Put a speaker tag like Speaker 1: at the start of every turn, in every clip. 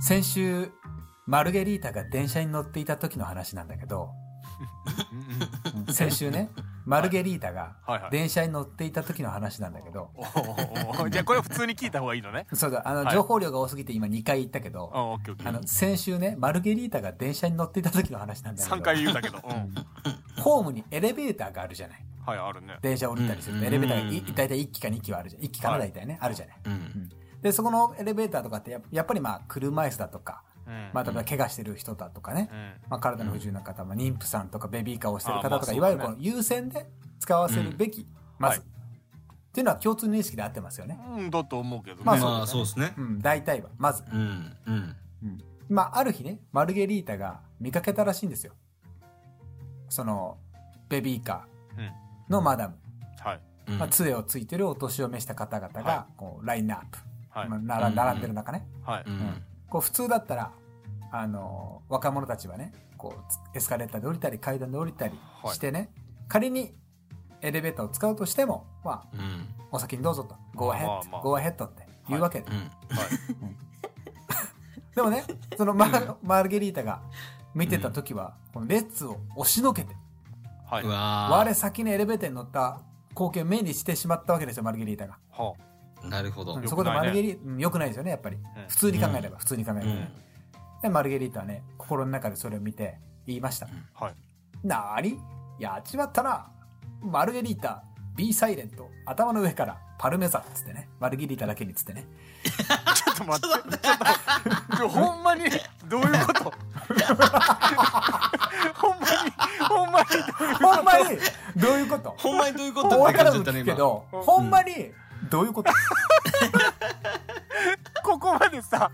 Speaker 1: 先週マルゲリータが電車に乗っていた時の話なんだけど先週ねマルゲリータが
Speaker 2: はいはい
Speaker 1: 電車に乗っていた時の話なんだけど
Speaker 2: おーおーおー じゃあこれは普通に聞いた方がい いのね
Speaker 1: そうだあの
Speaker 2: はい
Speaker 1: 情報量が多すぎて今2回言ったけど、
Speaker 2: あオッケーオッケ
Speaker 1: あの
Speaker 2: ー
Speaker 1: 先週ねマルゲリータが電車に乗っていた時の話なんだけど
Speaker 2: 3回言うたけど、うん、
Speaker 1: ホームにエレベーターがあるじゃない
Speaker 2: はいあるね
Speaker 1: 電車降りたりすると、
Speaker 3: うん
Speaker 1: エレベーターがい大体1機か2機はあるじゃん1機かな大体ね、あるじゃない
Speaker 3: うん
Speaker 1: でそこのエレベーターとかってややっぱりまあ車椅子だとか、
Speaker 2: うん
Speaker 1: まあ、例えば怪我してる人だとかね、
Speaker 2: うん
Speaker 1: まあ、体の不自由な方、まあ、妊婦さんとかベビーカーをしてる
Speaker 2: あーま
Speaker 1: 方
Speaker 2: あ
Speaker 1: と
Speaker 2: そ
Speaker 1: か、
Speaker 2: うだね
Speaker 1: いわゆるこの優先で使わせるべき、まず、
Speaker 2: は
Speaker 1: っていうのは共通認識で合ってますよね。
Speaker 2: うんだと思うけどね、
Speaker 1: まあ
Speaker 3: まあそうですね
Speaker 1: うん、大体は。まず。
Speaker 3: うんうん
Speaker 1: まあ、ある日ね、マルゲリータが見かけたらしいんですよ。その、ベビーカーのマダム。
Speaker 2: はい
Speaker 3: うん
Speaker 1: まあ、杖をついてるお年を召した方々が
Speaker 2: は、
Speaker 1: こう、ラインナップ。
Speaker 2: はい、
Speaker 1: まあなら
Speaker 3: うん
Speaker 1: 並んでる中ね。
Speaker 2: はい、
Speaker 3: うん
Speaker 1: こう、普通だったら、あの、若者たちはね、こうつ、エスカレーターで降りたり、階段で降りたり
Speaker 2: はい
Speaker 1: してね、仮にエレベーターを使うとしても、まあ、
Speaker 3: うん
Speaker 1: お先にどうぞと、ゴーヘッド、
Speaker 2: まあまあ
Speaker 1: ゴーヘッドって言うわけで。
Speaker 3: うん
Speaker 1: でも ね、そのマーマルゲリータが見てた時は、この列を押しのけて、
Speaker 2: はい、
Speaker 3: う
Speaker 2: は
Speaker 3: わ
Speaker 1: 我先にエレベーターに乗った光景を目にしてしまったわけですよ、マルゲリータが。
Speaker 2: あ
Speaker 3: ーなるほど
Speaker 1: うん
Speaker 2: よくないね
Speaker 1: そこでマルゲリータ、良くないですよね、やっぱり。普通に考えれば、普通に考えれば、ねで、マルゲリータはね、心の中でそれを見て言いました。
Speaker 2: はい
Speaker 1: なーにやっちまったなマルゲリータ、B サイレント、頭の上からパルメザンつってね、マルゲリータだけにつっ てね。
Speaker 2: ちょっと待って、ちょっと、でもほんまに、どういうこと。ほんまに、ほんまに、
Speaker 1: ほんまに、どういうこと
Speaker 3: ほんまにどういうこと
Speaker 1: 俺から
Speaker 3: だ
Speaker 1: も
Speaker 3: ったね
Speaker 1: 聞く
Speaker 3: 今
Speaker 1: けど、ほんまに、どういうこと
Speaker 2: ここまでさ。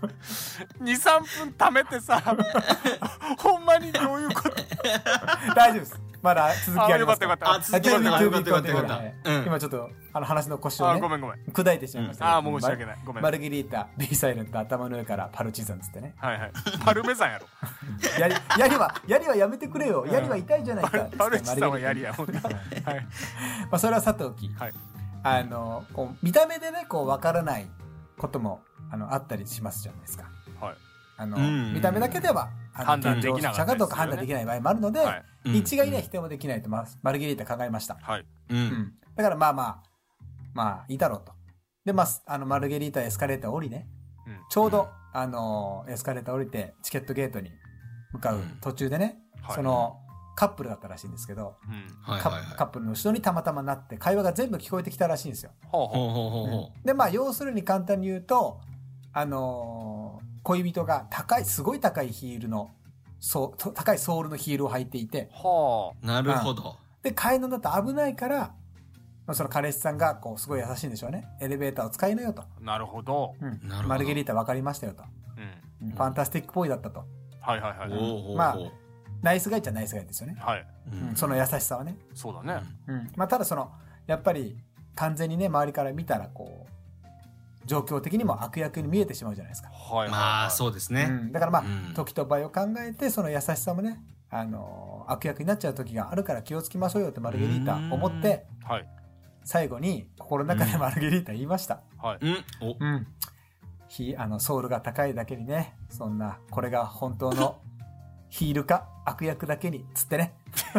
Speaker 2: 二三分貯めてさ。ほんまに、どういうこと。
Speaker 1: 大丈夫です。まだ続き
Speaker 2: あ、
Speaker 1: あり
Speaker 2: よ
Speaker 1: ま
Speaker 2: かっ
Speaker 1: す
Speaker 2: た、よ
Speaker 1: か。
Speaker 2: からった。あ、
Speaker 3: 続きある
Speaker 1: あ
Speaker 3: か
Speaker 1: to be
Speaker 3: らよかったよかったよかった
Speaker 1: continued
Speaker 3: うん
Speaker 1: 今ちょっと、あの話の腰を
Speaker 2: あ
Speaker 1: ね
Speaker 2: ご、めん、ごめん。
Speaker 1: 砕いてしまいましたけど。
Speaker 2: あ、申し訳ない。ごめん。
Speaker 1: マ
Speaker 2: はい、
Speaker 1: ルゲリータ、B サイレント、頭の上からパルチザンつってね。
Speaker 2: はい。パルメザンやろ。
Speaker 1: やり、 やりは、やりはやめてくれよ。やりは痛いじゃないか。つって
Speaker 2: パルチさんはやりや
Speaker 1: マ
Speaker 2: もんな。はい。
Speaker 1: ルゲリータまあ、それはさておき。
Speaker 2: はい。
Speaker 1: あの、こう見た目でね、こう、わからないことも、あの、あったりしますじゃないですか。
Speaker 2: はい。
Speaker 1: あの、
Speaker 3: うん
Speaker 1: 見た目だけでは、あの
Speaker 2: 判断できなか
Speaker 1: 健常者
Speaker 2: った
Speaker 1: かどうか判断できない場合もあるので、
Speaker 2: はい。
Speaker 3: うん
Speaker 1: 一概には否定もできないと、まあマルゲリータ考えました。
Speaker 2: はい。
Speaker 3: う
Speaker 1: うんん。だからまあまあ、まあ、いいだろうと。で、まあ、あの、マルゲリータエスカレーター降りね。
Speaker 2: うん
Speaker 1: ちょうど、あの、エスカレーター降りて、チケットゲートに向かう
Speaker 3: うん
Speaker 1: 途中でね、
Speaker 2: はい
Speaker 1: その、カップルだったらしいんですけど、
Speaker 2: うん。
Speaker 3: はい
Speaker 1: カ
Speaker 3: はい
Speaker 1: ッカッ
Speaker 3: は
Speaker 1: プルの後ろにたまたまなって、会話が全部聞こえてきたらしいんですよ。
Speaker 2: ほう
Speaker 3: い
Speaker 2: ほう。
Speaker 3: ほうほうほうほ
Speaker 1: で、まあ、要するに簡単に言うと、あのー恋人が高い、すごい高いヒールの、そう、と高いソールのヒールを履いていて、
Speaker 2: ほ
Speaker 3: うなるほど
Speaker 1: で、階段だと危ないから、まあ、その彼氏さんが、こう、すごい優しいんでしょうね。エレベーターを使いなよと。
Speaker 2: う。なるほど。
Speaker 1: うん
Speaker 3: なるほど
Speaker 1: マルゲリータ分かりましたよと。
Speaker 2: うん。
Speaker 1: ファンタスティックボーイだったと。
Speaker 2: はい、はい、はい。
Speaker 3: ほうほう
Speaker 1: まあ
Speaker 3: ほ
Speaker 1: ナイスガイっちゃナイスガイですよね。
Speaker 2: はい。
Speaker 3: う
Speaker 1: うんその優しさはね。
Speaker 2: そうだね。
Speaker 1: まあ、ただその、やっぱり完全にね、周りから見たらこう、状況的にも悪役に見えてしまうじゃないですか。
Speaker 2: はい。。
Speaker 3: まあそううです
Speaker 1: う
Speaker 3: ね
Speaker 1: んだからまあ、
Speaker 3: うん
Speaker 1: 時と場合を考えて、その優しさもね、あのー悪役になっちゃう時があるから気をつけましょうよってマルゲリータ
Speaker 3: うん
Speaker 1: 思って、
Speaker 2: はい。
Speaker 1: 最後に心の中で
Speaker 3: うん
Speaker 1: マルゲリータ言いました。
Speaker 2: はい。
Speaker 3: うんお
Speaker 1: うん。ひあのソウルが高いだけにね、そんな、これが本当のヒールか悪役だけに、つってね。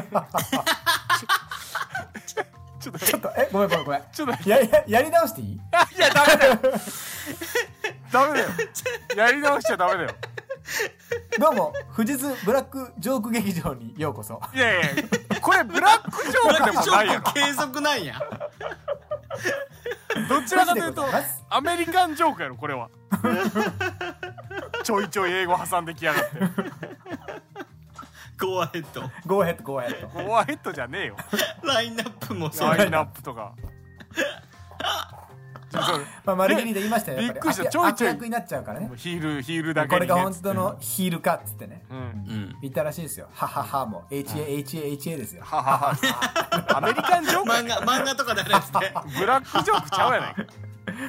Speaker 2: ちょっと。
Speaker 1: ちょっと、え、ごめんごめんごめん。
Speaker 2: ちょっと待って
Speaker 1: や、や、やり直していい
Speaker 2: いや、ダメだよ。ダメだよ。やり直しちゃダメだよ。
Speaker 1: どうも、富士通ブラックジョーク劇場にようこそ。
Speaker 2: いやいや、これブラックジョークでも
Speaker 3: ちょ
Speaker 2: ないや
Speaker 3: っと継続なん や
Speaker 2: ろ。どちらかというと
Speaker 1: マジでございます、
Speaker 2: アメリカンジョークやろ、これは。ちょいちょい英語挟んできやがって。
Speaker 3: ゴーヘッド
Speaker 1: ゴーヘッド、ゴーヘッド。
Speaker 2: ホワイトじゃねえよ。
Speaker 3: ラインナップもそう
Speaker 2: ラインナップとか。ちょっ
Speaker 1: まあ、マルゲリータ言いましたよ、やっぱり。
Speaker 2: びっくりした
Speaker 1: 悪
Speaker 2: ちょいちょい
Speaker 1: 悪役になっちゃうからね
Speaker 2: と。ヒール、ヒールだ
Speaker 1: こ
Speaker 2: けに
Speaker 1: れ
Speaker 2: ね。
Speaker 1: が本当のヒールか、つってね。
Speaker 2: うん。
Speaker 3: うん
Speaker 1: 言ったらしいですよ。はははもう、HA、HA、HA ですよ。
Speaker 2: ははは。アメリカンジョークや
Speaker 3: 漫画漫画とか であれやつで
Speaker 2: ブラックジョークちゃうやないか。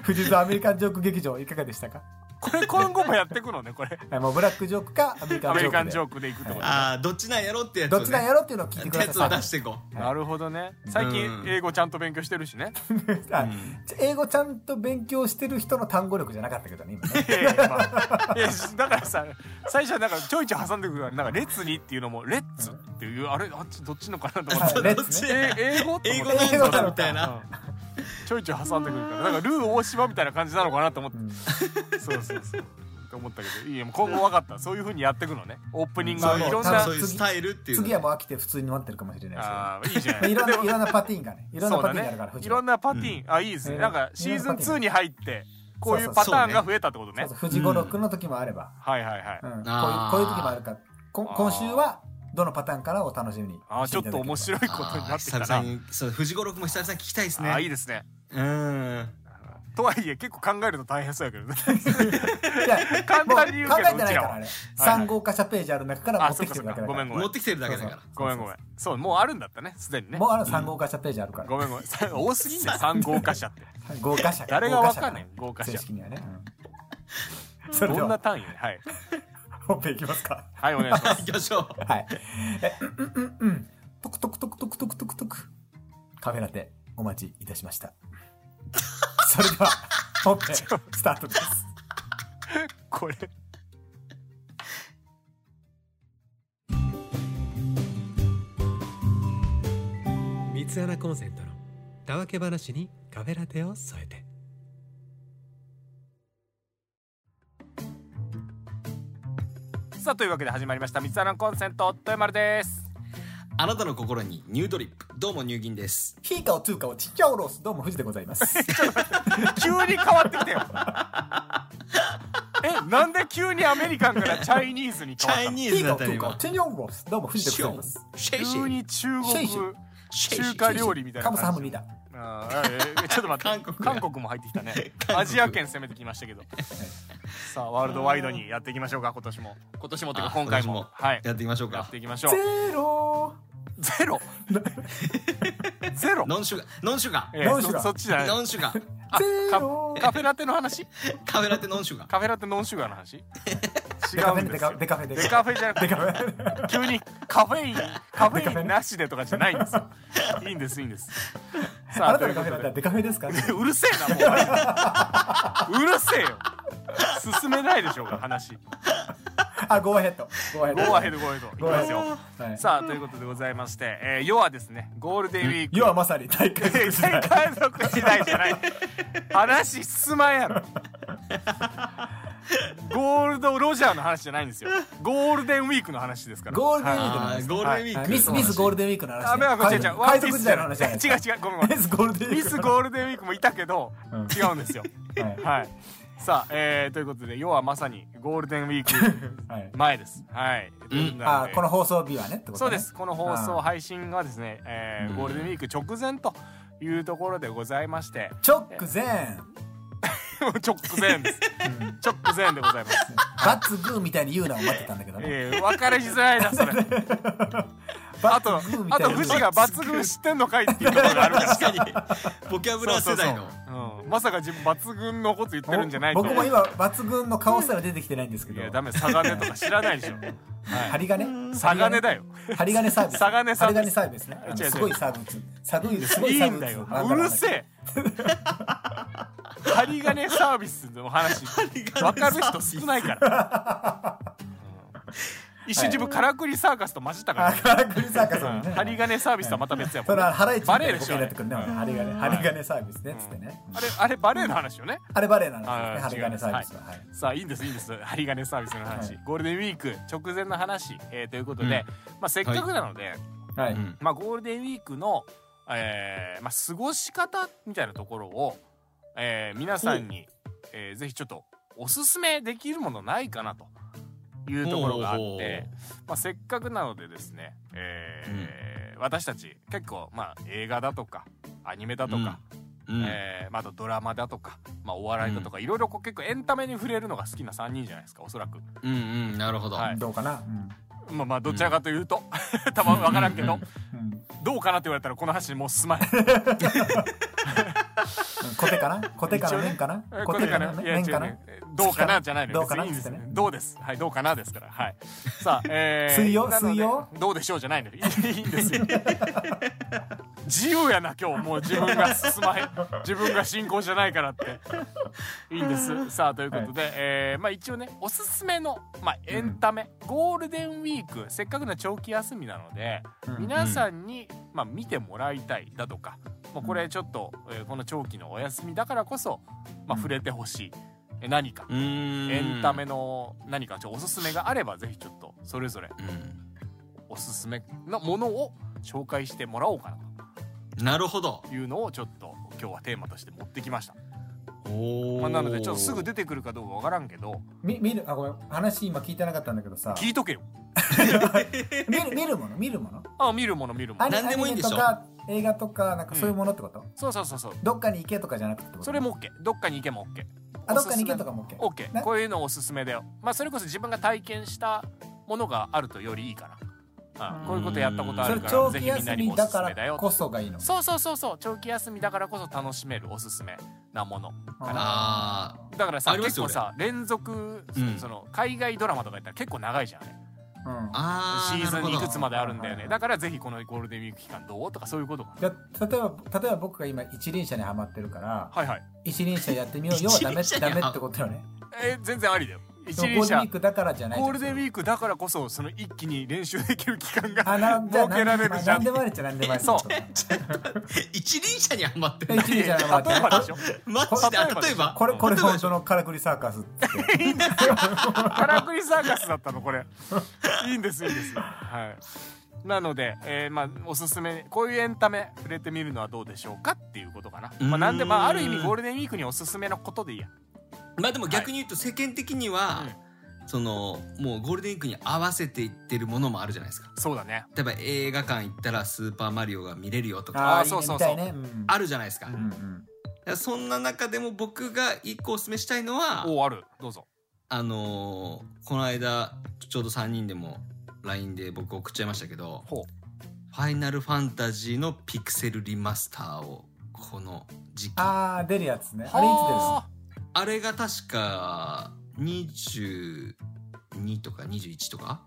Speaker 1: 富士通アメリカンジョーク劇場、いかがでしたか
Speaker 2: これ今後もやっていくのねこれ
Speaker 1: はいもうブラックジョークかアメリカ
Speaker 2: ア
Speaker 1: ンジ
Speaker 2: メ
Speaker 1: ョ
Speaker 2: リ
Speaker 1: ー
Speaker 2: カ
Speaker 1: ク
Speaker 2: ン
Speaker 1: で
Speaker 2: ジョークでいくってことね
Speaker 3: ああどっちなんやろってやつ、ね、
Speaker 1: どっちなんやろっていうのを聞いてくだ
Speaker 3: やつを
Speaker 1: さ
Speaker 3: 出
Speaker 1: い
Speaker 3: していこう
Speaker 1: はい
Speaker 2: なるほどね最近
Speaker 3: うん
Speaker 2: 英語ちゃんと勉強してるしね
Speaker 1: あ英語ちゃんと勉強してる人の単語力じゃなかったけどね今 ね
Speaker 2: いやいやまあいやだからさ最初はなんかちょいちょい挟んでくるからなんか「列に」っていうのも「レッツ」っていうあれあっちどっちのかなと思っ
Speaker 1: は
Speaker 2: て
Speaker 1: いレッツね
Speaker 2: え英語と思って
Speaker 3: 英語なん
Speaker 1: 英語
Speaker 3: だ
Speaker 1: な
Speaker 3: ろ
Speaker 1: の
Speaker 3: みたいな
Speaker 2: うんちょいちょい挟んでくるからなんかルー大島みたいな感じなのかなと思って
Speaker 1: うん
Speaker 2: そうそうそうって思ったけどいいよもう今後分かったそういうふうにやっていくのねオープニング
Speaker 3: そ
Speaker 2: は
Speaker 3: う
Speaker 2: いろん
Speaker 1: ま
Speaker 2: な
Speaker 1: あ
Speaker 3: そういうスタイルっていうの
Speaker 1: 次はもう飽きて普通に待ってるかもしれないですけど
Speaker 2: ああい
Speaker 1: まあ
Speaker 2: いじゃ ない
Speaker 1: いろん
Speaker 2: で
Speaker 1: な
Speaker 2: も
Speaker 1: いろんなパティーンがねいろんな
Speaker 2: そう
Speaker 1: パ
Speaker 2: だ
Speaker 1: ティーンがあるから
Speaker 2: ね
Speaker 1: 藤
Speaker 2: い
Speaker 1: 子
Speaker 2: ろんなパティーン、あいいですね
Speaker 1: うん
Speaker 2: なんかシーズン
Speaker 1: いろんなパティー
Speaker 2: 2
Speaker 1: ン
Speaker 2: に入ってこうい
Speaker 1: そうう
Speaker 2: パ
Speaker 1: そうそ
Speaker 2: タ
Speaker 1: う
Speaker 2: ーンが増えたってことね
Speaker 1: そうそう藤子ロックの時もあれば、
Speaker 2: はいはいはい、
Speaker 1: うんこういう
Speaker 3: あー
Speaker 1: こういう時もあるからこ
Speaker 2: あー
Speaker 1: 今週はどのパターンからお楽しみに
Speaker 2: あーちょっと面
Speaker 1: い
Speaker 2: 白いことにな
Speaker 3: あ
Speaker 2: っ
Speaker 3: ー
Speaker 2: てきたな
Speaker 3: 久々にそう藤五六も久々に聞きたいですね
Speaker 2: あーいいですね
Speaker 3: うん
Speaker 2: とはいえ結構考えると大変そうやけど ね
Speaker 1: や
Speaker 2: 簡単に言うけど
Speaker 1: も考えてないか
Speaker 2: うちらは
Speaker 1: らあれ3号貨社ページある中から
Speaker 2: あ
Speaker 1: 持っ
Speaker 2: そ
Speaker 1: て
Speaker 2: っ
Speaker 1: き
Speaker 2: か
Speaker 1: て
Speaker 2: そ
Speaker 1: るだけだから
Speaker 2: っかごめんごめ
Speaker 3: 持
Speaker 2: ん
Speaker 3: ってきてるだけだから
Speaker 2: ごめんごめんそうもうあるんだったねすでにね
Speaker 1: もうあの3号貨社ページあるから
Speaker 2: ごめんごめんさ多すぎんね3豪華者 って
Speaker 1: 豪華社
Speaker 2: 誰がわかんない豪
Speaker 1: 豪
Speaker 2: 華
Speaker 1: 華社
Speaker 2: 者
Speaker 1: 正式にはね、うんそれで
Speaker 2: どんな
Speaker 1: は
Speaker 2: 単位はい
Speaker 1: 本編いきますか
Speaker 2: はいお願いします
Speaker 3: 行きましょう
Speaker 1: はい。え、うんうんうんうん。トクトクトクトクトクトクトク。カフェラテ、お待ちいたしました。それでは、本編、スタートです。
Speaker 2: これ
Speaker 4: 三つ穴コンセントのたわけ話にカフェラテを添えて
Speaker 2: さあというわけで始まりました「三つ穴コンセント」と丸です
Speaker 3: あなたの心にニュードリップどうもニューギンです
Speaker 1: ヒーカオツーカオチッチャオロース、どうも、藤でござい ます。
Speaker 2: 急に変わってきたよ えなんで急にアメリカンからチャイニーズに
Speaker 3: チ
Speaker 2: 変わった
Speaker 3: ャイ
Speaker 2: の
Speaker 3: ニ
Speaker 1: ヒ
Speaker 3: ーズ
Speaker 1: ーカ
Speaker 3: だ
Speaker 1: オ
Speaker 3: っ
Speaker 1: ツーカオ
Speaker 3: たね今
Speaker 1: チンジョンロース、どうも、藤でございます。
Speaker 3: シェイシ
Speaker 2: 急
Speaker 3: ェイ
Speaker 2: に中
Speaker 1: シェイシ
Speaker 2: 国
Speaker 3: シェイシェイ
Speaker 2: 中華料理みたいな
Speaker 1: カムサハム
Speaker 2: 感
Speaker 1: ニ
Speaker 2: じ
Speaker 1: ダ。
Speaker 2: あーえーちょっと待って
Speaker 3: 韓国
Speaker 2: 韓国も入ってきたね
Speaker 3: 韓国
Speaker 2: アジア圏攻めてきましたけどさあワールドワイドにやっていきましょうか今年も今年もっていうか
Speaker 3: あ
Speaker 2: 今回も
Speaker 3: 今年も
Speaker 2: はい
Speaker 3: やっていきましょう
Speaker 2: や
Speaker 3: か
Speaker 2: っていきましょう
Speaker 1: ゼロ
Speaker 2: ゼロ ゼロ
Speaker 3: ノンシュガーノンシュガ
Speaker 2: ええ
Speaker 1: ノンシュガ
Speaker 2: そ
Speaker 1: ー
Speaker 2: そっちじゃない
Speaker 3: ーノンシュガー
Speaker 2: あ
Speaker 1: ゼ
Speaker 2: カ
Speaker 1: ロ
Speaker 2: カフェラテの話
Speaker 3: カフェラテノンシュガー
Speaker 2: カフェラテノンシュガーの話違
Speaker 1: デカ
Speaker 2: う
Speaker 1: フェ
Speaker 2: んで
Speaker 1: デ
Speaker 2: す
Speaker 1: カ
Speaker 2: よ
Speaker 1: デカフェデ
Speaker 2: デ
Speaker 1: カ
Speaker 2: カ
Speaker 1: フ
Speaker 2: フェじゃな
Speaker 1: ェ
Speaker 2: く
Speaker 1: デ
Speaker 2: て
Speaker 1: カフェ
Speaker 2: 急にカフェインカフェインなしでとかじゃないんですよいいんですいいんですさ
Speaker 1: あ
Speaker 2: あ
Speaker 1: な
Speaker 2: と
Speaker 1: た
Speaker 2: い
Speaker 1: の
Speaker 2: う
Speaker 1: カフ
Speaker 2: こ
Speaker 1: ェラ
Speaker 2: と
Speaker 1: テはデ
Speaker 2: で
Speaker 1: カフェですか
Speaker 2: うるせえなもううるせえよ進めないでしょうか話
Speaker 1: あ、ゴーアヘッド。ゴー
Speaker 2: ゴーアヘッドゴーアヘッドいきます
Speaker 1: ゴーア
Speaker 2: よ
Speaker 1: ド。はい。
Speaker 2: さあということでございまして、えー、要はですねゴールデンウィーク
Speaker 1: 要はまさに大会
Speaker 2: 大
Speaker 1: 時 代。
Speaker 2: 海賊時代じゃない話進まんやろゴールドロジャーの話じゃないんですよゴールデンウィークの話ですから
Speaker 1: ゴールデンウィークの
Speaker 3: あ
Speaker 1: 話
Speaker 3: ーゴールデンウィー
Speaker 1: はい
Speaker 3: ク
Speaker 1: ミスミスゴール
Speaker 3: デン
Speaker 1: デンウィークの話、
Speaker 2: あめ
Speaker 1: 海
Speaker 2: 違う違
Speaker 1: 賊
Speaker 2: うワ
Speaker 1: 海
Speaker 2: ンピー
Speaker 1: 賊時
Speaker 2: スじゃ
Speaker 1: 代
Speaker 2: な
Speaker 1: の話
Speaker 2: い
Speaker 1: じゃないです
Speaker 2: 違う
Speaker 1: か
Speaker 2: 違うごめんごめ
Speaker 1: ミ
Speaker 2: ん
Speaker 1: スゴールデンウィーク
Speaker 2: ミス
Speaker 1: ー
Speaker 2: ゴールデンウィークもいたけど
Speaker 1: うん
Speaker 2: 違うんですよ
Speaker 1: ルはい
Speaker 2: はいさあ、えー、ということで要はまさにゴールデンウィーク
Speaker 1: はい
Speaker 2: 前ですはい、
Speaker 3: うん
Speaker 1: あーこ
Speaker 2: の
Speaker 1: の放送日はねってこと、ね、
Speaker 2: そうですこの放送
Speaker 1: あー
Speaker 2: 配信はですね、えー
Speaker 3: うん
Speaker 2: ゴールデンウィーク直前というところでございまして
Speaker 1: 直前
Speaker 2: 直前です直前でございます
Speaker 1: バツグーみたいに言うのを待ってたんだけどね
Speaker 2: ええ別れしづらいなそれ あ
Speaker 1: バツ
Speaker 2: と
Speaker 1: グーみ
Speaker 2: あ
Speaker 1: たい
Speaker 2: と
Speaker 1: に
Speaker 2: 富士が抜群知ってんのかいっていうところがあるから
Speaker 3: 確かにボキャブラ世代の
Speaker 2: うん、まさか自分抜群のこと言ってるんじゃないと
Speaker 1: 僕も今抜群の顔すら出てきてないんですけ
Speaker 2: い
Speaker 1: ど
Speaker 2: やダメサガネとか知らないでしょはい
Speaker 1: 針金
Speaker 2: サガネだ
Speaker 1: よ
Speaker 2: よ
Speaker 1: 針金サービス
Speaker 2: サガネサービス
Speaker 1: 針金サービスねあの
Speaker 2: 違う違う
Speaker 1: すごいサービスサグすご
Speaker 2: い
Speaker 1: いサ
Speaker 2: い
Speaker 1: ービ
Speaker 2: ん
Speaker 1: ス
Speaker 2: だよ
Speaker 1: なん
Speaker 2: う
Speaker 1: ろ
Speaker 2: る
Speaker 1: な
Speaker 2: せえ針金サービスの話わかる人少ないから うん一瞬自分カラクリサーカスと混じったから
Speaker 1: あ
Speaker 2: ね
Speaker 1: カラクリサーカスもね
Speaker 2: 針金サービスとはまた別やも
Speaker 1: そ
Speaker 2: ん
Speaker 1: れ
Speaker 2: ね
Speaker 1: はハライチみ
Speaker 2: バ
Speaker 1: た
Speaker 2: レ
Speaker 1: いな
Speaker 2: ーで
Speaker 1: ボ
Speaker 2: し
Speaker 1: ケ
Speaker 2: ょ
Speaker 1: になってくるね針金針金サービスねっつってね
Speaker 2: あれあれバレーの話よね
Speaker 1: あれバレーなんですよ
Speaker 2: はい
Speaker 1: ね針金サービスははい
Speaker 2: さあいいんですいいんです針金サービスの話、
Speaker 1: はい
Speaker 2: ゴールデンウィーク直前の話、えーということで、
Speaker 3: うん
Speaker 2: まあ、せっかくなので、
Speaker 1: は
Speaker 3: う
Speaker 1: い
Speaker 3: ん
Speaker 2: まあ、ゴールデンウィークの、えーまあ、過ごし方みたいなところを、えー皆さんに、えーぜひちょっとおすすめできるものないかなというところがあっ
Speaker 3: ほうほう
Speaker 2: て、まあ、せっかくなのでですね、えー私たち結構、まあ、映画だとかアニメだとか、
Speaker 3: うん
Speaker 2: えーまああとドラマだとか、まあ、お笑いだとか、いろいろこう結構エンタメに触れるのが好きな3人じゃないですかおそらく
Speaker 3: うんうんなるほど
Speaker 2: はい
Speaker 1: どうかなうん
Speaker 2: まあまあどちらかというと、 たま分からんけど
Speaker 1: うん
Speaker 2: どうかなって言われたらこの話にもう進まない
Speaker 1: うんコテかなコテか
Speaker 2: 一応
Speaker 1: な
Speaker 2: ね
Speaker 1: 麺かな
Speaker 2: え
Speaker 1: コテかない
Speaker 2: や
Speaker 1: 麺
Speaker 2: 違う
Speaker 1: かな
Speaker 2: ねえどうかなじゃないのよ
Speaker 1: どうかな
Speaker 2: 別にいいんです
Speaker 1: っつって
Speaker 2: どうですはいどうかなですからはい さあえー、
Speaker 1: 水曜
Speaker 2: なので
Speaker 1: 水曜
Speaker 2: どうでしょうじゃないのよいいいいんですよ自由やな今日もう自分が進まへん自分が進行じゃないからっていいんですさあということで、えーまあ一応ねおすすめのまあエンタメ、ゴールデンウィークせっかくの長期休みなので、
Speaker 1: うん
Speaker 2: 皆さんに、まあ、見てもらいたいだとか、まあ、これちょっと、えーこの長期のお休みだからこそ、まあ、触れてほしい、え何か
Speaker 3: うん
Speaker 2: エンタメの何かちょっとおすすめがあればぜひちょっとそれぞれ
Speaker 3: うん
Speaker 2: おすすめのものを紹介してもらおうかな
Speaker 3: なるほど
Speaker 2: というのをちょっと今日はテーマとして持ってきました、
Speaker 3: お
Speaker 2: まあ、なのでちょっとすぐ出てくるかどうかわからんけど
Speaker 1: み見るあごめん話今聞いてなかったんだけどさ
Speaker 2: 聞いとけよ
Speaker 1: 見る見るもの見るもの
Speaker 2: あ見るもの見るも
Speaker 1: ア
Speaker 2: の
Speaker 1: ニ
Speaker 3: 何でもいいんでしょ
Speaker 1: アニメとか映画とかなんかそういうものってこと、
Speaker 2: そうそうそうそう
Speaker 1: どっかに行けとかじゃなくてってこと
Speaker 2: それも OK どっかに行けも OK
Speaker 1: あどっかに行けと
Speaker 2: か
Speaker 1: かも OK,
Speaker 2: OK
Speaker 1: な
Speaker 2: こういうのおすすめだよまあそれこそ自分が体験したものがあるとよりいいから、うん、こういうことやったことあ
Speaker 1: そ
Speaker 2: る
Speaker 1: れ
Speaker 2: から
Speaker 1: 長
Speaker 2: ぜ
Speaker 1: 期
Speaker 2: ひみんな
Speaker 1: 休
Speaker 2: にも
Speaker 1: み
Speaker 2: おす
Speaker 1: だ
Speaker 2: す
Speaker 1: か
Speaker 2: めだ
Speaker 1: ら
Speaker 2: よ
Speaker 1: こそがいいの
Speaker 2: そうそうそうそう長期休みだからこそ楽しめるおすすめなものかな
Speaker 3: あ
Speaker 2: だからさ
Speaker 3: あります
Speaker 2: 結
Speaker 3: よ
Speaker 2: 構さ連続、
Speaker 3: うん
Speaker 2: その海外ドラマとかやったら結構長いじゃんね
Speaker 1: うん
Speaker 3: あ
Speaker 2: シ
Speaker 3: ー
Speaker 2: ーズ
Speaker 3: なる
Speaker 2: ン
Speaker 3: ほ
Speaker 2: い
Speaker 3: ど
Speaker 2: くつまであるんだ
Speaker 1: は
Speaker 2: よ
Speaker 1: いはいは
Speaker 2: ね
Speaker 1: い
Speaker 2: だからぜひこのゴールデンウィーク期間どうとかそういうことか
Speaker 1: じゃあ例えば例えば僕が今一輪車にはまってるから
Speaker 2: はいはい
Speaker 1: 一輪車やってみようよはダメ
Speaker 3: 一輪車に
Speaker 1: ダ
Speaker 3: は
Speaker 1: メってことよね
Speaker 2: えー全然ありだよ一
Speaker 1: でもゴールデンウ
Speaker 2: 輪車
Speaker 1: ィークだからじゃないじゃん
Speaker 2: ゴールデンウィークだからこそその一気に練習できる期間
Speaker 1: あ
Speaker 2: が
Speaker 1: なじゃあ
Speaker 2: 設けられるじゃ
Speaker 1: 何
Speaker 2: ん
Speaker 1: でもありっちゃ何でもあり
Speaker 2: そう
Speaker 1: ってこと
Speaker 3: 一輪車にハマって
Speaker 1: え
Speaker 3: ない
Speaker 1: 一輪車にはまって
Speaker 2: 例えば
Speaker 1: る
Speaker 2: でしょ
Speaker 3: マジで
Speaker 2: 例えば
Speaker 3: 例えば
Speaker 1: これこれ
Speaker 3: 例えば
Speaker 1: 本当のからくりサーカスって
Speaker 2: からくりサーカスだったのこれいいんですいいんですはいなので、えーまあ、おすすめこういうエンタメ触れてみるのはどうでしょうかっていうことかな、まあ、なんで、まあ、ある意味ゴールデンウィークにおすすめのことでいいや
Speaker 3: まあでも逆に言うと世間的には、そのもうゴールデンウィークに合わせていってるものもあるじゃないですか
Speaker 2: そうだね
Speaker 3: 例えば映画館行ったら「スーパーマリオ」が見れるよとか
Speaker 1: いい
Speaker 2: あー
Speaker 1: ね
Speaker 2: そうそう
Speaker 1: みたい
Speaker 2: そ
Speaker 1: ねうん
Speaker 3: あるじゃないですか,、
Speaker 1: うんうん
Speaker 3: そんな中でも僕が一個おすすめしたいのは
Speaker 2: おあるどうぞ
Speaker 3: あのーこの間ちょうど3人でも LINE で僕送っちゃいましたけど
Speaker 2: ほう
Speaker 3: 「ファイナルファンタジー」のピクセルリマスターをこの時期あ
Speaker 1: あー出るやつねあれいつ出るの
Speaker 3: れが確か22とか21とか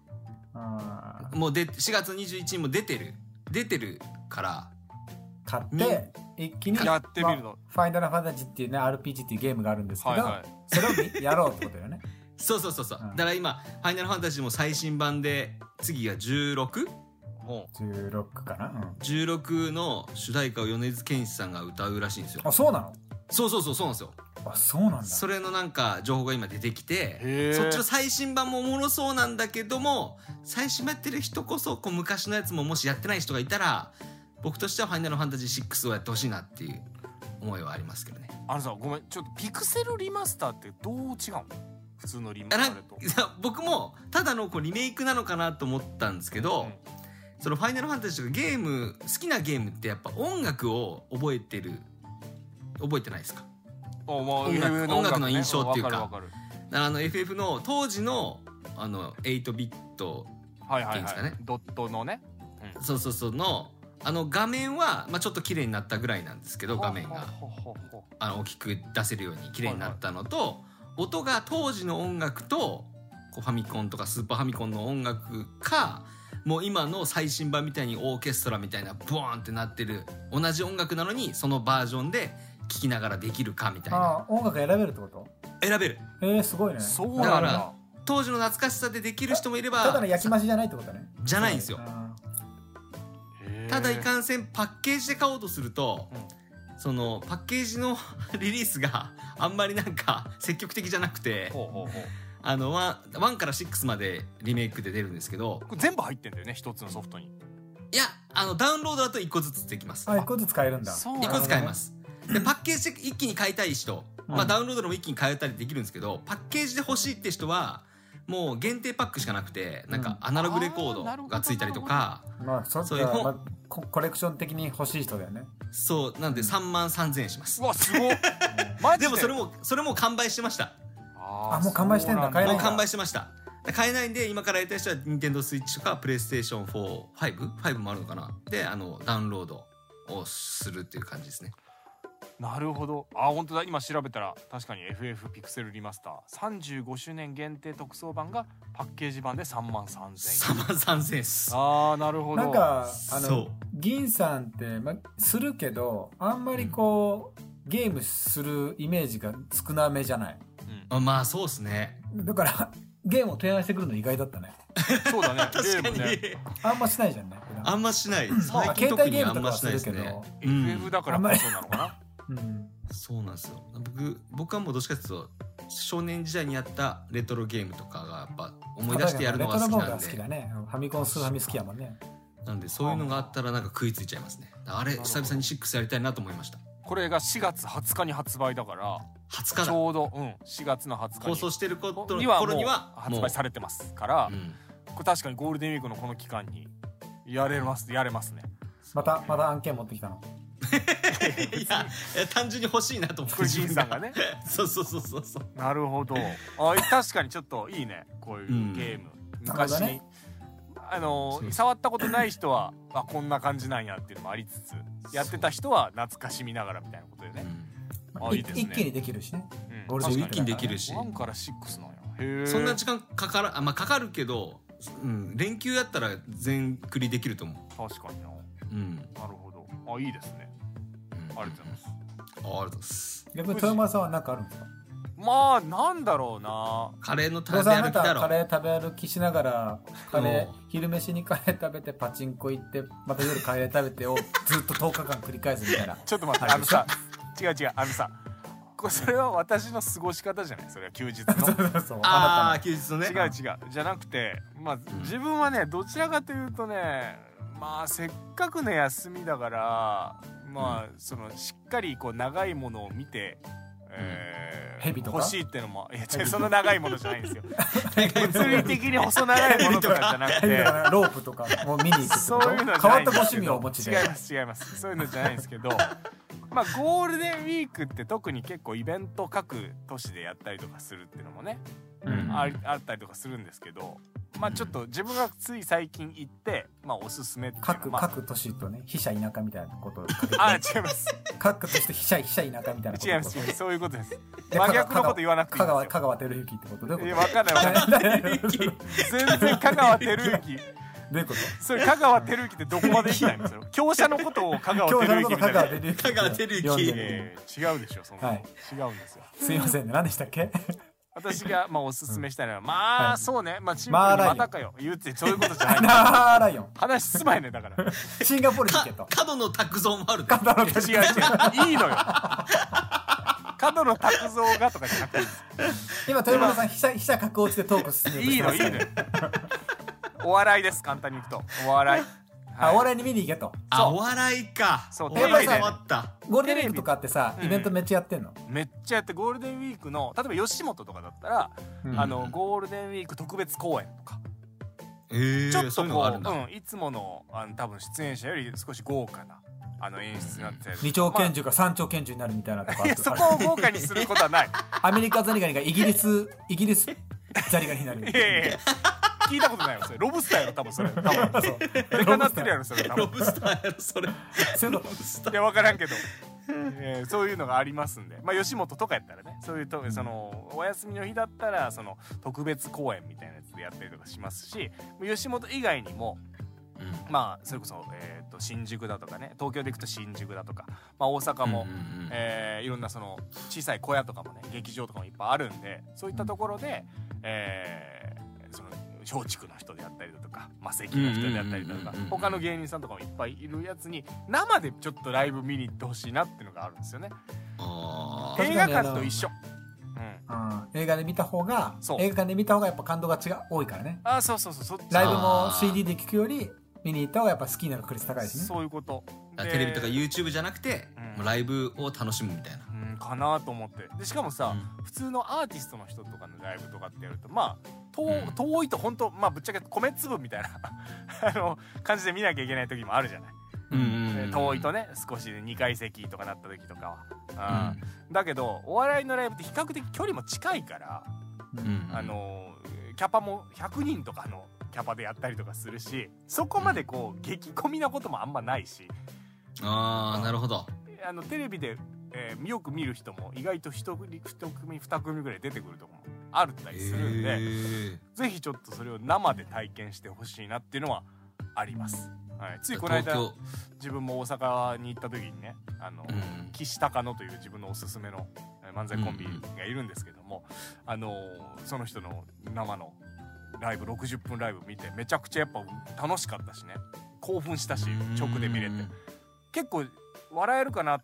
Speaker 1: あ
Speaker 3: もうで4月21日にも出てる出てるから
Speaker 1: ー買って一気に
Speaker 2: やってみるの
Speaker 1: ファイナルファンタジーっていうね RPG っていうゲームがあるんですけ
Speaker 2: はい
Speaker 1: ど、
Speaker 2: はい
Speaker 1: それをみやろうってことよね。
Speaker 3: そうそうそうそう、
Speaker 1: うん
Speaker 3: だから今「ファイナルファンタジー」も最新版で次が 16?16
Speaker 2: ほ
Speaker 1: 16かな、うん
Speaker 3: の主題歌を米津玄師さんが歌うらしいんですよ
Speaker 1: あそうなの
Speaker 3: そうそうそうそうなんですよ
Speaker 1: あそうなんだ。
Speaker 3: それのなんか情報が今出てき
Speaker 2: へー
Speaker 3: てそっちの最新版もおもろそうなんだけども最新版やってる人こそこう昔のやつももしやってない人がいたら僕としては「ファイナルファンタジー6」をやってほしいなっていう思いはありますけどね
Speaker 2: うあのさごめんちょっとピクセルリマスターってどう違うの普通のリマ
Speaker 3: あ
Speaker 2: ス
Speaker 3: な
Speaker 2: ター
Speaker 3: んか
Speaker 2: と
Speaker 3: いや僕もただのこうリメイクなのかなと思ったんですけど、
Speaker 2: うん
Speaker 3: その「ファイナルファンタジー」とかゲーム好きなゲームってやっぱ音楽を覚えてる覚えてないですか
Speaker 2: おまあ
Speaker 3: 音楽
Speaker 2: いろいろな
Speaker 3: 音楽の
Speaker 2: ね
Speaker 3: 印象っていうか
Speaker 2: わかるわか
Speaker 3: あの FF の当時のあの8ビット
Speaker 2: るはいはい
Speaker 3: いいんで
Speaker 2: は
Speaker 3: す
Speaker 2: い
Speaker 3: かね
Speaker 2: ドットのね
Speaker 3: そうそうそうのあの画面は、まあ、ちょっと綺麗になったぐらいなんですけど画面が
Speaker 2: ほうほうほうほう
Speaker 3: あの大きく出せるように綺麗になったのと、音が当時の音楽とこうファミコンとかスーパーファミコンの音楽かもう今の最新版みたいにオーケストラみたいなブワーンってなってる同じ音楽なのにそのバージョンで聴きながらできるかみたいな
Speaker 1: あー音楽選べるってこと
Speaker 3: 選べる
Speaker 1: えー、すごいね。
Speaker 2: そう
Speaker 3: だ
Speaker 2: な
Speaker 3: か
Speaker 2: んだ
Speaker 3: ら当時の懐かしさでできる人もいれば
Speaker 1: ただの焼き増しじゃないってことね。
Speaker 3: じゃないんですよ
Speaker 1: あ
Speaker 2: へー
Speaker 3: ただいかんせんパッケージで買おうとすると、そのパッケージの リリースがあんまりなんか 積極的じゃなくて
Speaker 2: ほうほうほう
Speaker 3: あの 1, 1から6までリメイクで出るんですけど
Speaker 2: これ全部入ってんだよね一つのソフトに
Speaker 3: いやあのダウンロードだと1個ずつできます
Speaker 1: ーあ一個ずつ買えるんだ。
Speaker 2: そう
Speaker 3: 1個ずつ買えますでパッケージで一気に買いたい人、
Speaker 1: うん
Speaker 3: まあ、ダウンロードでも一気に買えたりできるんですけどパッケージで欲しいって人はもう限定パックしかなくてなんかアナログレコ
Speaker 2: あーな
Speaker 3: ー
Speaker 2: るほど
Speaker 3: ドがついたりとか、
Speaker 1: まあそっ
Speaker 3: そう
Speaker 1: か
Speaker 3: いう本
Speaker 1: まあココレクション的に欲しい人だよね。
Speaker 3: そうなんで3万3000円します
Speaker 2: うわすごっマジ
Speaker 3: でもそれもそれも完売してました
Speaker 2: あ
Speaker 1: あもう完売してんだ買えな
Speaker 3: も
Speaker 1: いうな
Speaker 3: 完売してました買えないんで今からやりたい人は NintendoSwitch とか PlayStation45 もあるのかなであのダウンロードをするっていう感じですね
Speaker 2: なるほどあ本当だ今調べたら確かに FF ピクセルリマスター35周年限定特装版がパッケージ版で3万3000円
Speaker 3: 3万3000円っす
Speaker 2: ああなるほど
Speaker 1: なんかあ
Speaker 3: そう
Speaker 1: の銀さんって、ま、するけどあんまりこう、ゲームするイメージが少なめじゃない
Speaker 2: うん
Speaker 3: あまあそうっすね
Speaker 1: だから ゲームを提案してくるの意外だったね
Speaker 2: そうだね
Speaker 3: 確かに、
Speaker 2: ゲームね
Speaker 1: あんましないじゃんね普段
Speaker 3: あんましない
Speaker 1: まあ
Speaker 3: 最近
Speaker 1: 携
Speaker 3: 特
Speaker 1: 帯
Speaker 3: に
Speaker 1: ゲー
Speaker 3: あ
Speaker 1: ムとか
Speaker 3: んま
Speaker 1: は
Speaker 3: し
Speaker 1: す
Speaker 3: ないで
Speaker 1: る
Speaker 3: す
Speaker 1: けど、
Speaker 3: ねうん
Speaker 2: FF だからこそなのかな
Speaker 1: うん、
Speaker 3: そうなんですよ僕僕はもうどっちかっていうと少年時代にやったレトロゲームとかがやっぱ思い出してやるのが好き
Speaker 1: レトロボード
Speaker 3: な
Speaker 1: が
Speaker 3: ん
Speaker 1: 好
Speaker 3: で
Speaker 1: きだねファミコンスーファミ好きやもんね
Speaker 3: なんでそういうのがあったらなんか食いついちゃいますねあ
Speaker 2: な
Speaker 3: れ
Speaker 2: るほど
Speaker 3: 久々に6やりたいなと思いました
Speaker 2: これが4月20日に発売だから
Speaker 3: 20日
Speaker 2: ち
Speaker 3: だ
Speaker 2: ょうど、うん、4月の20日
Speaker 3: 放
Speaker 2: に
Speaker 3: 送してること
Speaker 2: にはも
Speaker 3: 頃に
Speaker 2: う
Speaker 3: は
Speaker 2: 発売されてますから、
Speaker 3: もううん
Speaker 2: これ確かにゴールデンウィークのこの期間にやれますやれますね
Speaker 1: またまた案件持ってきたの
Speaker 3: いやいや単純に欲しいなと思っ
Speaker 2: これ
Speaker 3: て
Speaker 2: 銀さんがね
Speaker 3: そうそうそうそうそう
Speaker 2: なる ほどあ確かにちょっといいねこういううんゲーム、
Speaker 1: なるほ
Speaker 2: 昔
Speaker 1: ど
Speaker 2: に、
Speaker 1: ね
Speaker 2: あの
Speaker 3: そう
Speaker 2: 触ったことない人はあこんな感じなんやっていうのもありつつやってた人は懐かしみながらみたいなことでね、あ
Speaker 1: い
Speaker 2: いいですね
Speaker 1: 一気にできるしね
Speaker 2: うん
Speaker 1: ゴールデンウィーク
Speaker 3: そう一気にできるし
Speaker 2: 1から6なんやへ
Speaker 3: う
Speaker 2: え
Speaker 3: んそんな時間かからあまあかかるけど、うん、連休やったら全クリできると思
Speaker 2: 確かになな
Speaker 3: ううん
Speaker 2: るほどあいいですねありがとうございます
Speaker 3: ありがとうございます
Speaker 1: 逆に豊間さんは何かあるんですか
Speaker 2: まあなんだろうな
Speaker 3: カレーの
Speaker 1: 豊
Speaker 3: 食
Speaker 1: 間
Speaker 3: べ
Speaker 1: さんあな
Speaker 3: 歩きだ
Speaker 1: た
Speaker 3: ろ
Speaker 1: カレー食べ歩きしながらカレ
Speaker 3: うん
Speaker 1: ー昼飯にカレー食べてパチンコ行ってまた夜カレー食べてを ずっと10日間繰り返すみ たいな
Speaker 2: ちょっと待って
Speaker 1: はい
Speaker 2: あのさ違う違うあのさこれそれは私の過ごし方じゃないそれは休日の
Speaker 1: そうそうそう
Speaker 3: あ
Speaker 1: あ
Speaker 3: あ休日のね
Speaker 2: 違う違うじゃなくてまあ自分はねどちらかというとねまあせっかくね休みだからまあそのしっかりこう長いものを見て、えー
Speaker 1: 蛇とか
Speaker 2: 欲しいってのもいや違うその長いものじゃないんです よ物理的に細長いものとかじゃなく
Speaker 1: な
Speaker 2: て
Speaker 1: たなロープとかも見に行くってこと
Speaker 2: そういうのじ
Speaker 1: 変わ
Speaker 2: ゃな
Speaker 1: っ
Speaker 2: い
Speaker 1: たご
Speaker 2: んで
Speaker 1: 趣
Speaker 2: すけど
Speaker 1: 味をお持ちで
Speaker 2: 違います違いますそういうのじゃないんですけど まあゴールデンウィークって特に結構イベント各都市でやったりとかするっていうのもね、
Speaker 3: うん
Speaker 2: ありあったりとかするんですけどまあちょっと自分がつい最近行ってまあおすすめっていうのは
Speaker 1: 各
Speaker 2: まあ
Speaker 1: 各都市とね飛車田舎みたいなことをかけて
Speaker 2: あ違います
Speaker 1: 各都市と飛車飛車田舎みたいなこと
Speaker 2: 違います違いますそういうことです
Speaker 1: で
Speaker 2: 真逆のこと言わなくてい
Speaker 1: 香
Speaker 2: いんで
Speaker 1: 川香川照之ってことどう
Speaker 2: すよい
Speaker 1: いう
Speaker 2: や
Speaker 1: こ
Speaker 2: 分かんない分かんない
Speaker 1: とど
Speaker 2: 全然香川 照之
Speaker 1: ういうこと
Speaker 2: それ香川照之ってどこまで行きたいん ですよ強者のことを香川
Speaker 1: 今日
Speaker 2: 照
Speaker 1: の
Speaker 2: 之
Speaker 1: こと
Speaker 2: み
Speaker 1: 香
Speaker 2: たいな
Speaker 1: 川照之
Speaker 3: 香川照之
Speaker 1: 呼んで
Speaker 2: いやい
Speaker 1: る
Speaker 2: やいや違うでしょそんなの、
Speaker 1: はい
Speaker 2: 違うんですよ
Speaker 1: すいませんね何でしたっけ
Speaker 2: 私がまあおすすめしたいのは、まあ、
Speaker 1: はい
Speaker 2: そうねまあチンプル
Speaker 1: マー
Speaker 2: に
Speaker 1: ライオン
Speaker 2: またかよ言うってそういうことじゃ ない
Speaker 1: なーライオン
Speaker 2: 話すまいねだから
Speaker 1: シンガポールに行
Speaker 3: か
Speaker 1: けと
Speaker 3: 角の卓造もあるね
Speaker 1: 角野
Speaker 2: 違
Speaker 1: 卓
Speaker 2: う違ういいのよ角野卓造がとかじゃなくていいです
Speaker 1: 今豊村さん飛車飛車格落ちでトーク進めようと
Speaker 2: い
Speaker 1: し
Speaker 2: い
Speaker 1: てま
Speaker 2: のい
Speaker 1: す
Speaker 2: いのよお笑いです簡単にいくとお笑い
Speaker 1: あお笑いに見に行けと
Speaker 3: あお笑いか
Speaker 2: そう
Speaker 3: お笑い
Speaker 1: テレビで
Speaker 3: 終わった
Speaker 1: ゴールデンウィークとかってさ
Speaker 2: うん
Speaker 1: イベントめっちゃやってんの
Speaker 2: めっちゃやってゴールデンウィークの例えば吉本とかだったら、
Speaker 1: うん
Speaker 2: あのゴールデンウィーク特別公演とか
Speaker 3: えー
Speaker 2: ちょっ
Speaker 3: そ
Speaker 2: と
Speaker 3: ういうの
Speaker 2: こ
Speaker 3: があ
Speaker 2: う
Speaker 3: るんだ
Speaker 2: うん、いつものあの多分出演者より少し豪華なあの演出になってたりとか
Speaker 1: 二丁
Speaker 2: まあ
Speaker 1: 拳銃が三丁拳銃になるみたいなとか
Speaker 2: いやそこを豪華にすることはない
Speaker 1: アメリカザリガニがイギリ スイギリスザリガニになるみた
Speaker 2: いや
Speaker 1: い
Speaker 2: いやいや聞いたことないわそれロブスターやろ多分それ多分
Speaker 1: なそう
Speaker 2: れかなってるやろそれ多
Speaker 3: ロ
Speaker 2: 分
Speaker 3: ブスターやろそれロ
Speaker 1: そういうこ
Speaker 3: ブスタ
Speaker 2: いや分からんけど、えーそういうのがありますんでまあ吉本とかやったらねそういうとそのお休みの日だったらその特別公演みたいなやつでやったりとかしますし吉本以外にも
Speaker 3: ーうん
Speaker 2: まあそれこそ、えー、と新宿だとかね東京で行くと新宿だとか、まあ、大阪も、
Speaker 3: うんうんうん
Speaker 2: えーいろんなその小さい小屋とかもね劇場とかもいっぱいあるんでそういったところで、えーその松竹の人であったりだとか魔石の人であったりだと
Speaker 3: う
Speaker 2: か
Speaker 3: んうんうんうんうん
Speaker 2: 他の芸人さんとかもいっぱいいるやつに生でちょっとライブ見に行ってほしいなっていうのがあるんですよね
Speaker 3: あー
Speaker 1: 確かに
Speaker 2: 映画館と一緒、うん、
Speaker 1: とうん映画で見た方が
Speaker 2: そう
Speaker 1: 映画館で見た方がやっぱ感動が違う多いからね
Speaker 2: あーそうそうそうそっち
Speaker 1: ライブも
Speaker 3: あー
Speaker 1: CD で聴くより見に行った方がやっぱ好きになる確率高いしね
Speaker 2: そういうこと
Speaker 3: あ
Speaker 2: で
Speaker 3: テレビとか YouTube じゃなくて、
Speaker 2: うん
Speaker 3: もうライブを楽しむみたいな
Speaker 2: うんかなと思ってでしかもさ、
Speaker 3: う
Speaker 2: 普通のアーティストの人とかのライブとかってやるとまあ遠,、
Speaker 3: うん
Speaker 2: 遠いと本当まあぶっちゃけ米粒みたいな あの感じで見なきゃいけない時もあるじゃない、
Speaker 3: うんうんうん
Speaker 2: で遠いとね少し2階席とかなった時とかは、うん、だけどお笑いのライブって比較的距離も近いから、
Speaker 1: う
Speaker 3: うんん
Speaker 2: あのキャパも100人とかのキャパでやったりとかするしそこまでこう激混みなこともあんまないし
Speaker 3: ああなるほど
Speaker 2: あのテレビでえーよく見る人も意外と一組一組二組ぐらい出てくるとこもあるったりするんで、
Speaker 3: へ
Speaker 2: ぜひちょっとそれを生で体験してほしいなっていうのはあります。はい、つい
Speaker 3: ー
Speaker 2: この間
Speaker 3: 東京
Speaker 2: 自分も大阪に行った時にねあの、
Speaker 3: うん
Speaker 2: 岸高野という自分のおすすめのえー漫才コンビがいるんですけども、あのその人の生のライブ60分ライブ見てめちゃくちゃやっぱ楽しかったしね興奮したし直で見れて
Speaker 3: うん
Speaker 2: 結構笑えるかなっ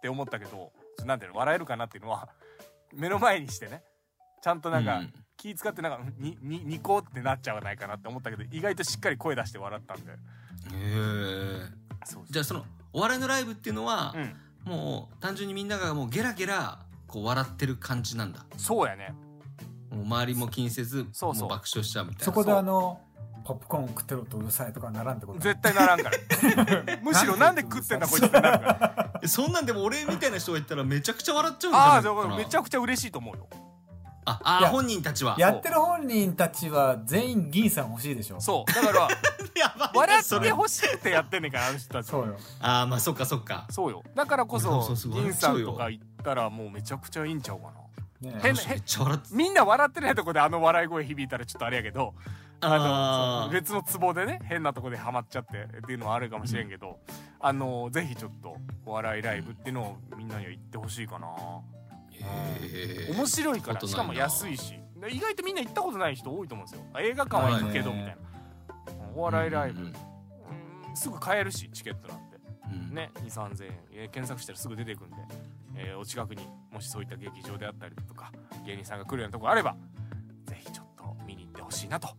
Speaker 2: て思ったけどなんていうの笑えるかなっていうのは 目の前にしてねちゃんとなんか、
Speaker 3: うん
Speaker 2: 気使ってなんかにににこってなっちゃわないかなって思ったけど意外としっかり声出して笑ったんで
Speaker 3: へえ
Speaker 2: そう
Speaker 3: じゃあそのお笑いのライブっていうのは
Speaker 2: う、ん
Speaker 3: もう単純にみんながもうゲラゲラこう笑ってる感じなんだ
Speaker 2: そうやね
Speaker 3: もう周りも気にせず
Speaker 2: そうそう
Speaker 3: もう爆笑しちゃうみたいな
Speaker 1: そこであの、ポップコーン食ってろとうるさいとかならんってことだ
Speaker 2: 絶対ならんから むしろなんで食ってんだこいつってなるから
Speaker 3: えそんなんでも俺みたいな人が言ったらめちゃくちゃ笑っちゃうんじ
Speaker 2: ああ
Speaker 3: ゃ
Speaker 2: そう
Speaker 3: ないかな
Speaker 2: めちゃくちゃ嬉しいと思うよ
Speaker 3: ああ
Speaker 1: いや
Speaker 3: 本人たちは
Speaker 1: やってる本人たちは全員銀さん欲しいでしょ。
Speaker 2: そうだから
Speaker 3: やばい
Speaker 2: 笑
Speaker 3: そ
Speaker 2: って
Speaker 3: れ
Speaker 2: ほしくてやってんねんからあの人たち
Speaker 1: そうよ。
Speaker 3: ああまあそっかそっか
Speaker 2: そうよだからこ
Speaker 3: 俺も
Speaker 2: そ
Speaker 3: そうそう
Speaker 2: 銀さん
Speaker 3: 笑っちゃうよ
Speaker 2: とか行ったらもうめちゃくちゃいいんちゃうかな
Speaker 1: ね
Speaker 2: 変な
Speaker 3: めっちゃ笑って
Speaker 2: みんな笑ってないとこであの笑い声響いたらちょっとあれやけどあ
Speaker 3: あ
Speaker 2: の
Speaker 3: ー
Speaker 2: 別のツボでね変なとこでハマっちゃってっていうのはあるかもしれんけど、あのぜひちょっとお笑いライブっていうのをみんなには言ってほしいかな、
Speaker 3: へえ
Speaker 2: 面白いから
Speaker 3: こと
Speaker 2: し
Speaker 3: ないな
Speaker 2: かも安いしで意外とみんな行ったことない人多いと思うんですよ映画館は行くけど
Speaker 1: はい
Speaker 2: み
Speaker 1: ね
Speaker 2: たいなお笑いライブ、
Speaker 3: う
Speaker 2: うん
Speaker 3: うん
Speaker 2: んすぐ買えるしチケットなんて
Speaker 3: うん
Speaker 2: ね23000円、えー検索したらすぐ出てくんで、えーお近くにもしそういった劇場であったりとか芸人さんが来るようなとこあればぜひちょっと見に行ってほしいなと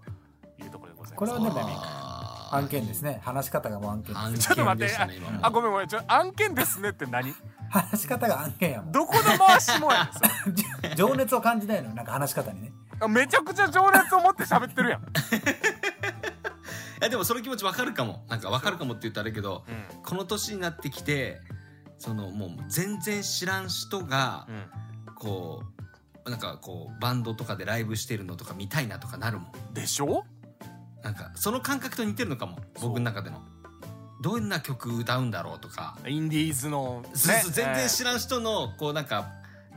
Speaker 2: いうところでございます
Speaker 1: これはでも
Speaker 2: ゴールデンウィーク
Speaker 3: あー
Speaker 1: 案件ですね。話し方がもう案件です
Speaker 3: 案件
Speaker 2: ちょっと待って
Speaker 3: でしたね今も
Speaker 2: あごめんごめんちょ案件ですねって何
Speaker 1: 話し方が案件やもん。
Speaker 2: どこの回しもやねんそれ
Speaker 1: 情熱を感じないの、なんか話し方にね。
Speaker 2: あめちゃくちゃ情熱を持って喋ってるやん、
Speaker 3: いやでもその気持ちわかるかもなんかわかるかもって言ったらあれだけど
Speaker 2: うん
Speaker 3: この年になってきてそのもう全然知らん人が
Speaker 2: うん、
Speaker 3: こうなんかこうバンドとかでライブしてるのとか見たいなとかなるもん
Speaker 2: でしょ
Speaker 3: なんかその感覚と似てるのかも
Speaker 2: そう
Speaker 3: 僕の中でのどんな曲歌うんだろうとか、
Speaker 2: インディーズの、ね、
Speaker 3: そうそう全
Speaker 2: え
Speaker 3: 然
Speaker 2: ー
Speaker 3: 知らん人のこうなんか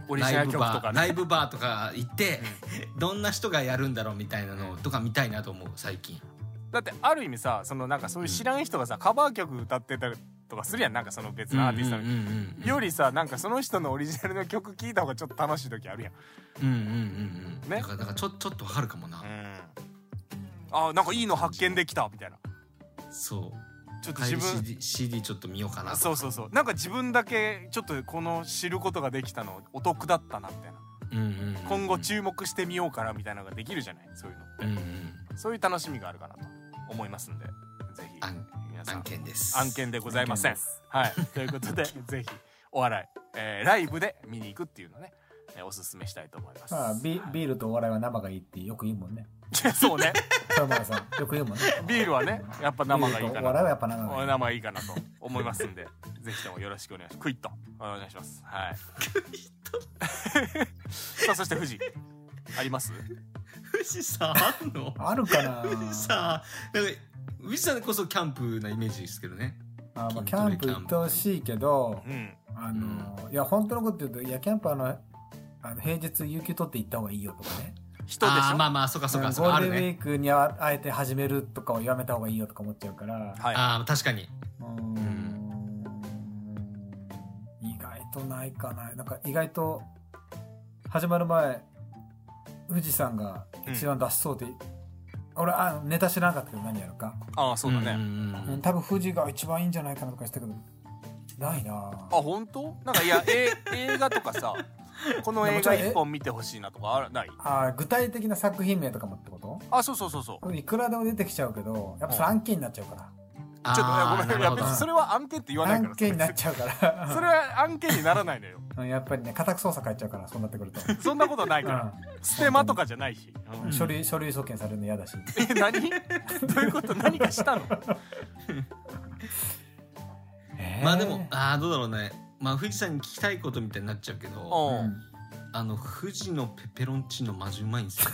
Speaker 2: オリジナ
Speaker 3: ライ
Speaker 2: ル
Speaker 3: ブ
Speaker 2: 曲と
Speaker 3: バ
Speaker 2: か
Speaker 3: ー
Speaker 2: ね
Speaker 3: ライブバーとか行ってどんな人がやるんだろうみたいなのとか見たいなと思う最近
Speaker 2: だってある意味さそのなんかそういう知らん人がさカバー曲歌ってたりとかするやんなんかその別のアーティストの、よりさなんかその人のオリジナルの曲聴いた方がちょっと楽しい時あるやん
Speaker 3: うんうんうんうん
Speaker 2: ね
Speaker 3: だからだからちょちょっとわかるかもな
Speaker 2: あーなんかいいの発見できたみたいな
Speaker 3: そう
Speaker 2: ちょっと自
Speaker 3: 帰り
Speaker 2: 分
Speaker 3: CD, CD ちょっと見ようかな
Speaker 2: そうそうそうなんか自分だけちょっとこの知ることができたのお得だったなみたいな
Speaker 3: うんうんうん
Speaker 2: 今後注目してみようかなみたいなのができるじゃないそういうの
Speaker 3: うんうん
Speaker 2: そういう楽しみがあるかなと思いますんでぜひ
Speaker 3: 案
Speaker 2: 皆さん
Speaker 3: 案件です
Speaker 2: 案件でございません。 はい、ということでぜひお笑い、えーライブで見に行くっていうのをね、えーおすすめしたいと思います。
Speaker 1: まあ、ビビールとお笑いは生がいいってよく言うもんね。
Speaker 2: そうね
Speaker 1: 豊村さん、よく言うもんね。
Speaker 2: ビールはねやっぱ生が
Speaker 1: ビ
Speaker 2: いい
Speaker 1: ール
Speaker 2: か
Speaker 1: とお笑い
Speaker 2: な
Speaker 1: はやっぱ生がいい。
Speaker 2: 生いいかなと思いますんで ぜひともよろしくお願いしますクイッとお願いしますはいクイッと さあそして富士あります
Speaker 3: 富士山あんの
Speaker 1: あるかな
Speaker 3: 富士山なんか富士山こそキャンプなイメージですけどね
Speaker 1: あまあ
Speaker 3: 筋
Speaker 1: キ
Speaker 3: ト
Speaker 1: ャ
Speaker 3: レ
Speaker 1: ンプ行ってほしいけど、
Speaker 2: うん
Speaker 1: あの、いや、本当のこと言うと、いや、キャンプあの、あの平日、有給取って行った方がいいよとかね。
Speaker 2: 人でし
Speaker 3: あー
Speaker 2: ょ、
Speaker 3: まあまあそうかそう
Speaker 1: う
Speaker 3: か
Speaker 1: ん
Speaker 3: そう
Speaker 1: ゴ
Speaker 3: かあ
Speaker 1: ール
Speaker 3: る
Speaker 1: デンウ
Speaker 3: ね
Speaker 1: ィークにああえて始めるとかをやめた方がいいよとか思っちゃうから、
Speaker 2: はい
Speaker 3: ああ確かに
Speaker 1: うーん意外とないかな。なんか意外と、始まる前、富士山が一番出しそうで、俺、あ、ネタ知らなかったけど何やるか。
Speaker 2: ああそうだね、
Speaker 3: んん
Speaker 1: うん、多分富士が一番いいんじゃないかなとかしたけど、ないなぁ
Speaker 2: あ本当なんかいや、 え映画とかさこの映画一本見てほしいなとかあらない
Speaker 1: あー具体的な作品名とかもってこと
Speaker 2: あそうそうそうそう
Speaker 1: これいくらでも出てきちゃうけどやっぱそれ案件になっちゃうか
Speaker 3: あー
Speaker 2: ちょっとねごめんい
Speaker 3: な
Speaker 2: や
Speaker 3: るほ
Speaker 2: 別
Speaker 3: ど
Speaker 2: にそれは案件って言わ
Speaker 1: ら
Speaker 2: ないから
Speaker 1: 案件になっちゃうか
Speaker 2: そ
Speaker 1: ら
Speaker 2: れは案件にならないのよ
Speaker 1: うんやっぱりね家宅捜査入っちゃうからそうなってくると、
Speaker 2: そんなことないから
Speaker 1: う
Speaker 2: ステマとかじゃないし、うん
Speaker 1: ん、書類書類送検されるの嫌だし
Speaker 2: え何 どういうこと何かしたの
Speaker 3: まあでもああどうだろうねまあ富士山に聞きたいことみたいになっちゃうけど
Speaker 1: う
Speaker 2: うんん
Speaker 3: あの富士のペペロンチーノマジうまい んですよ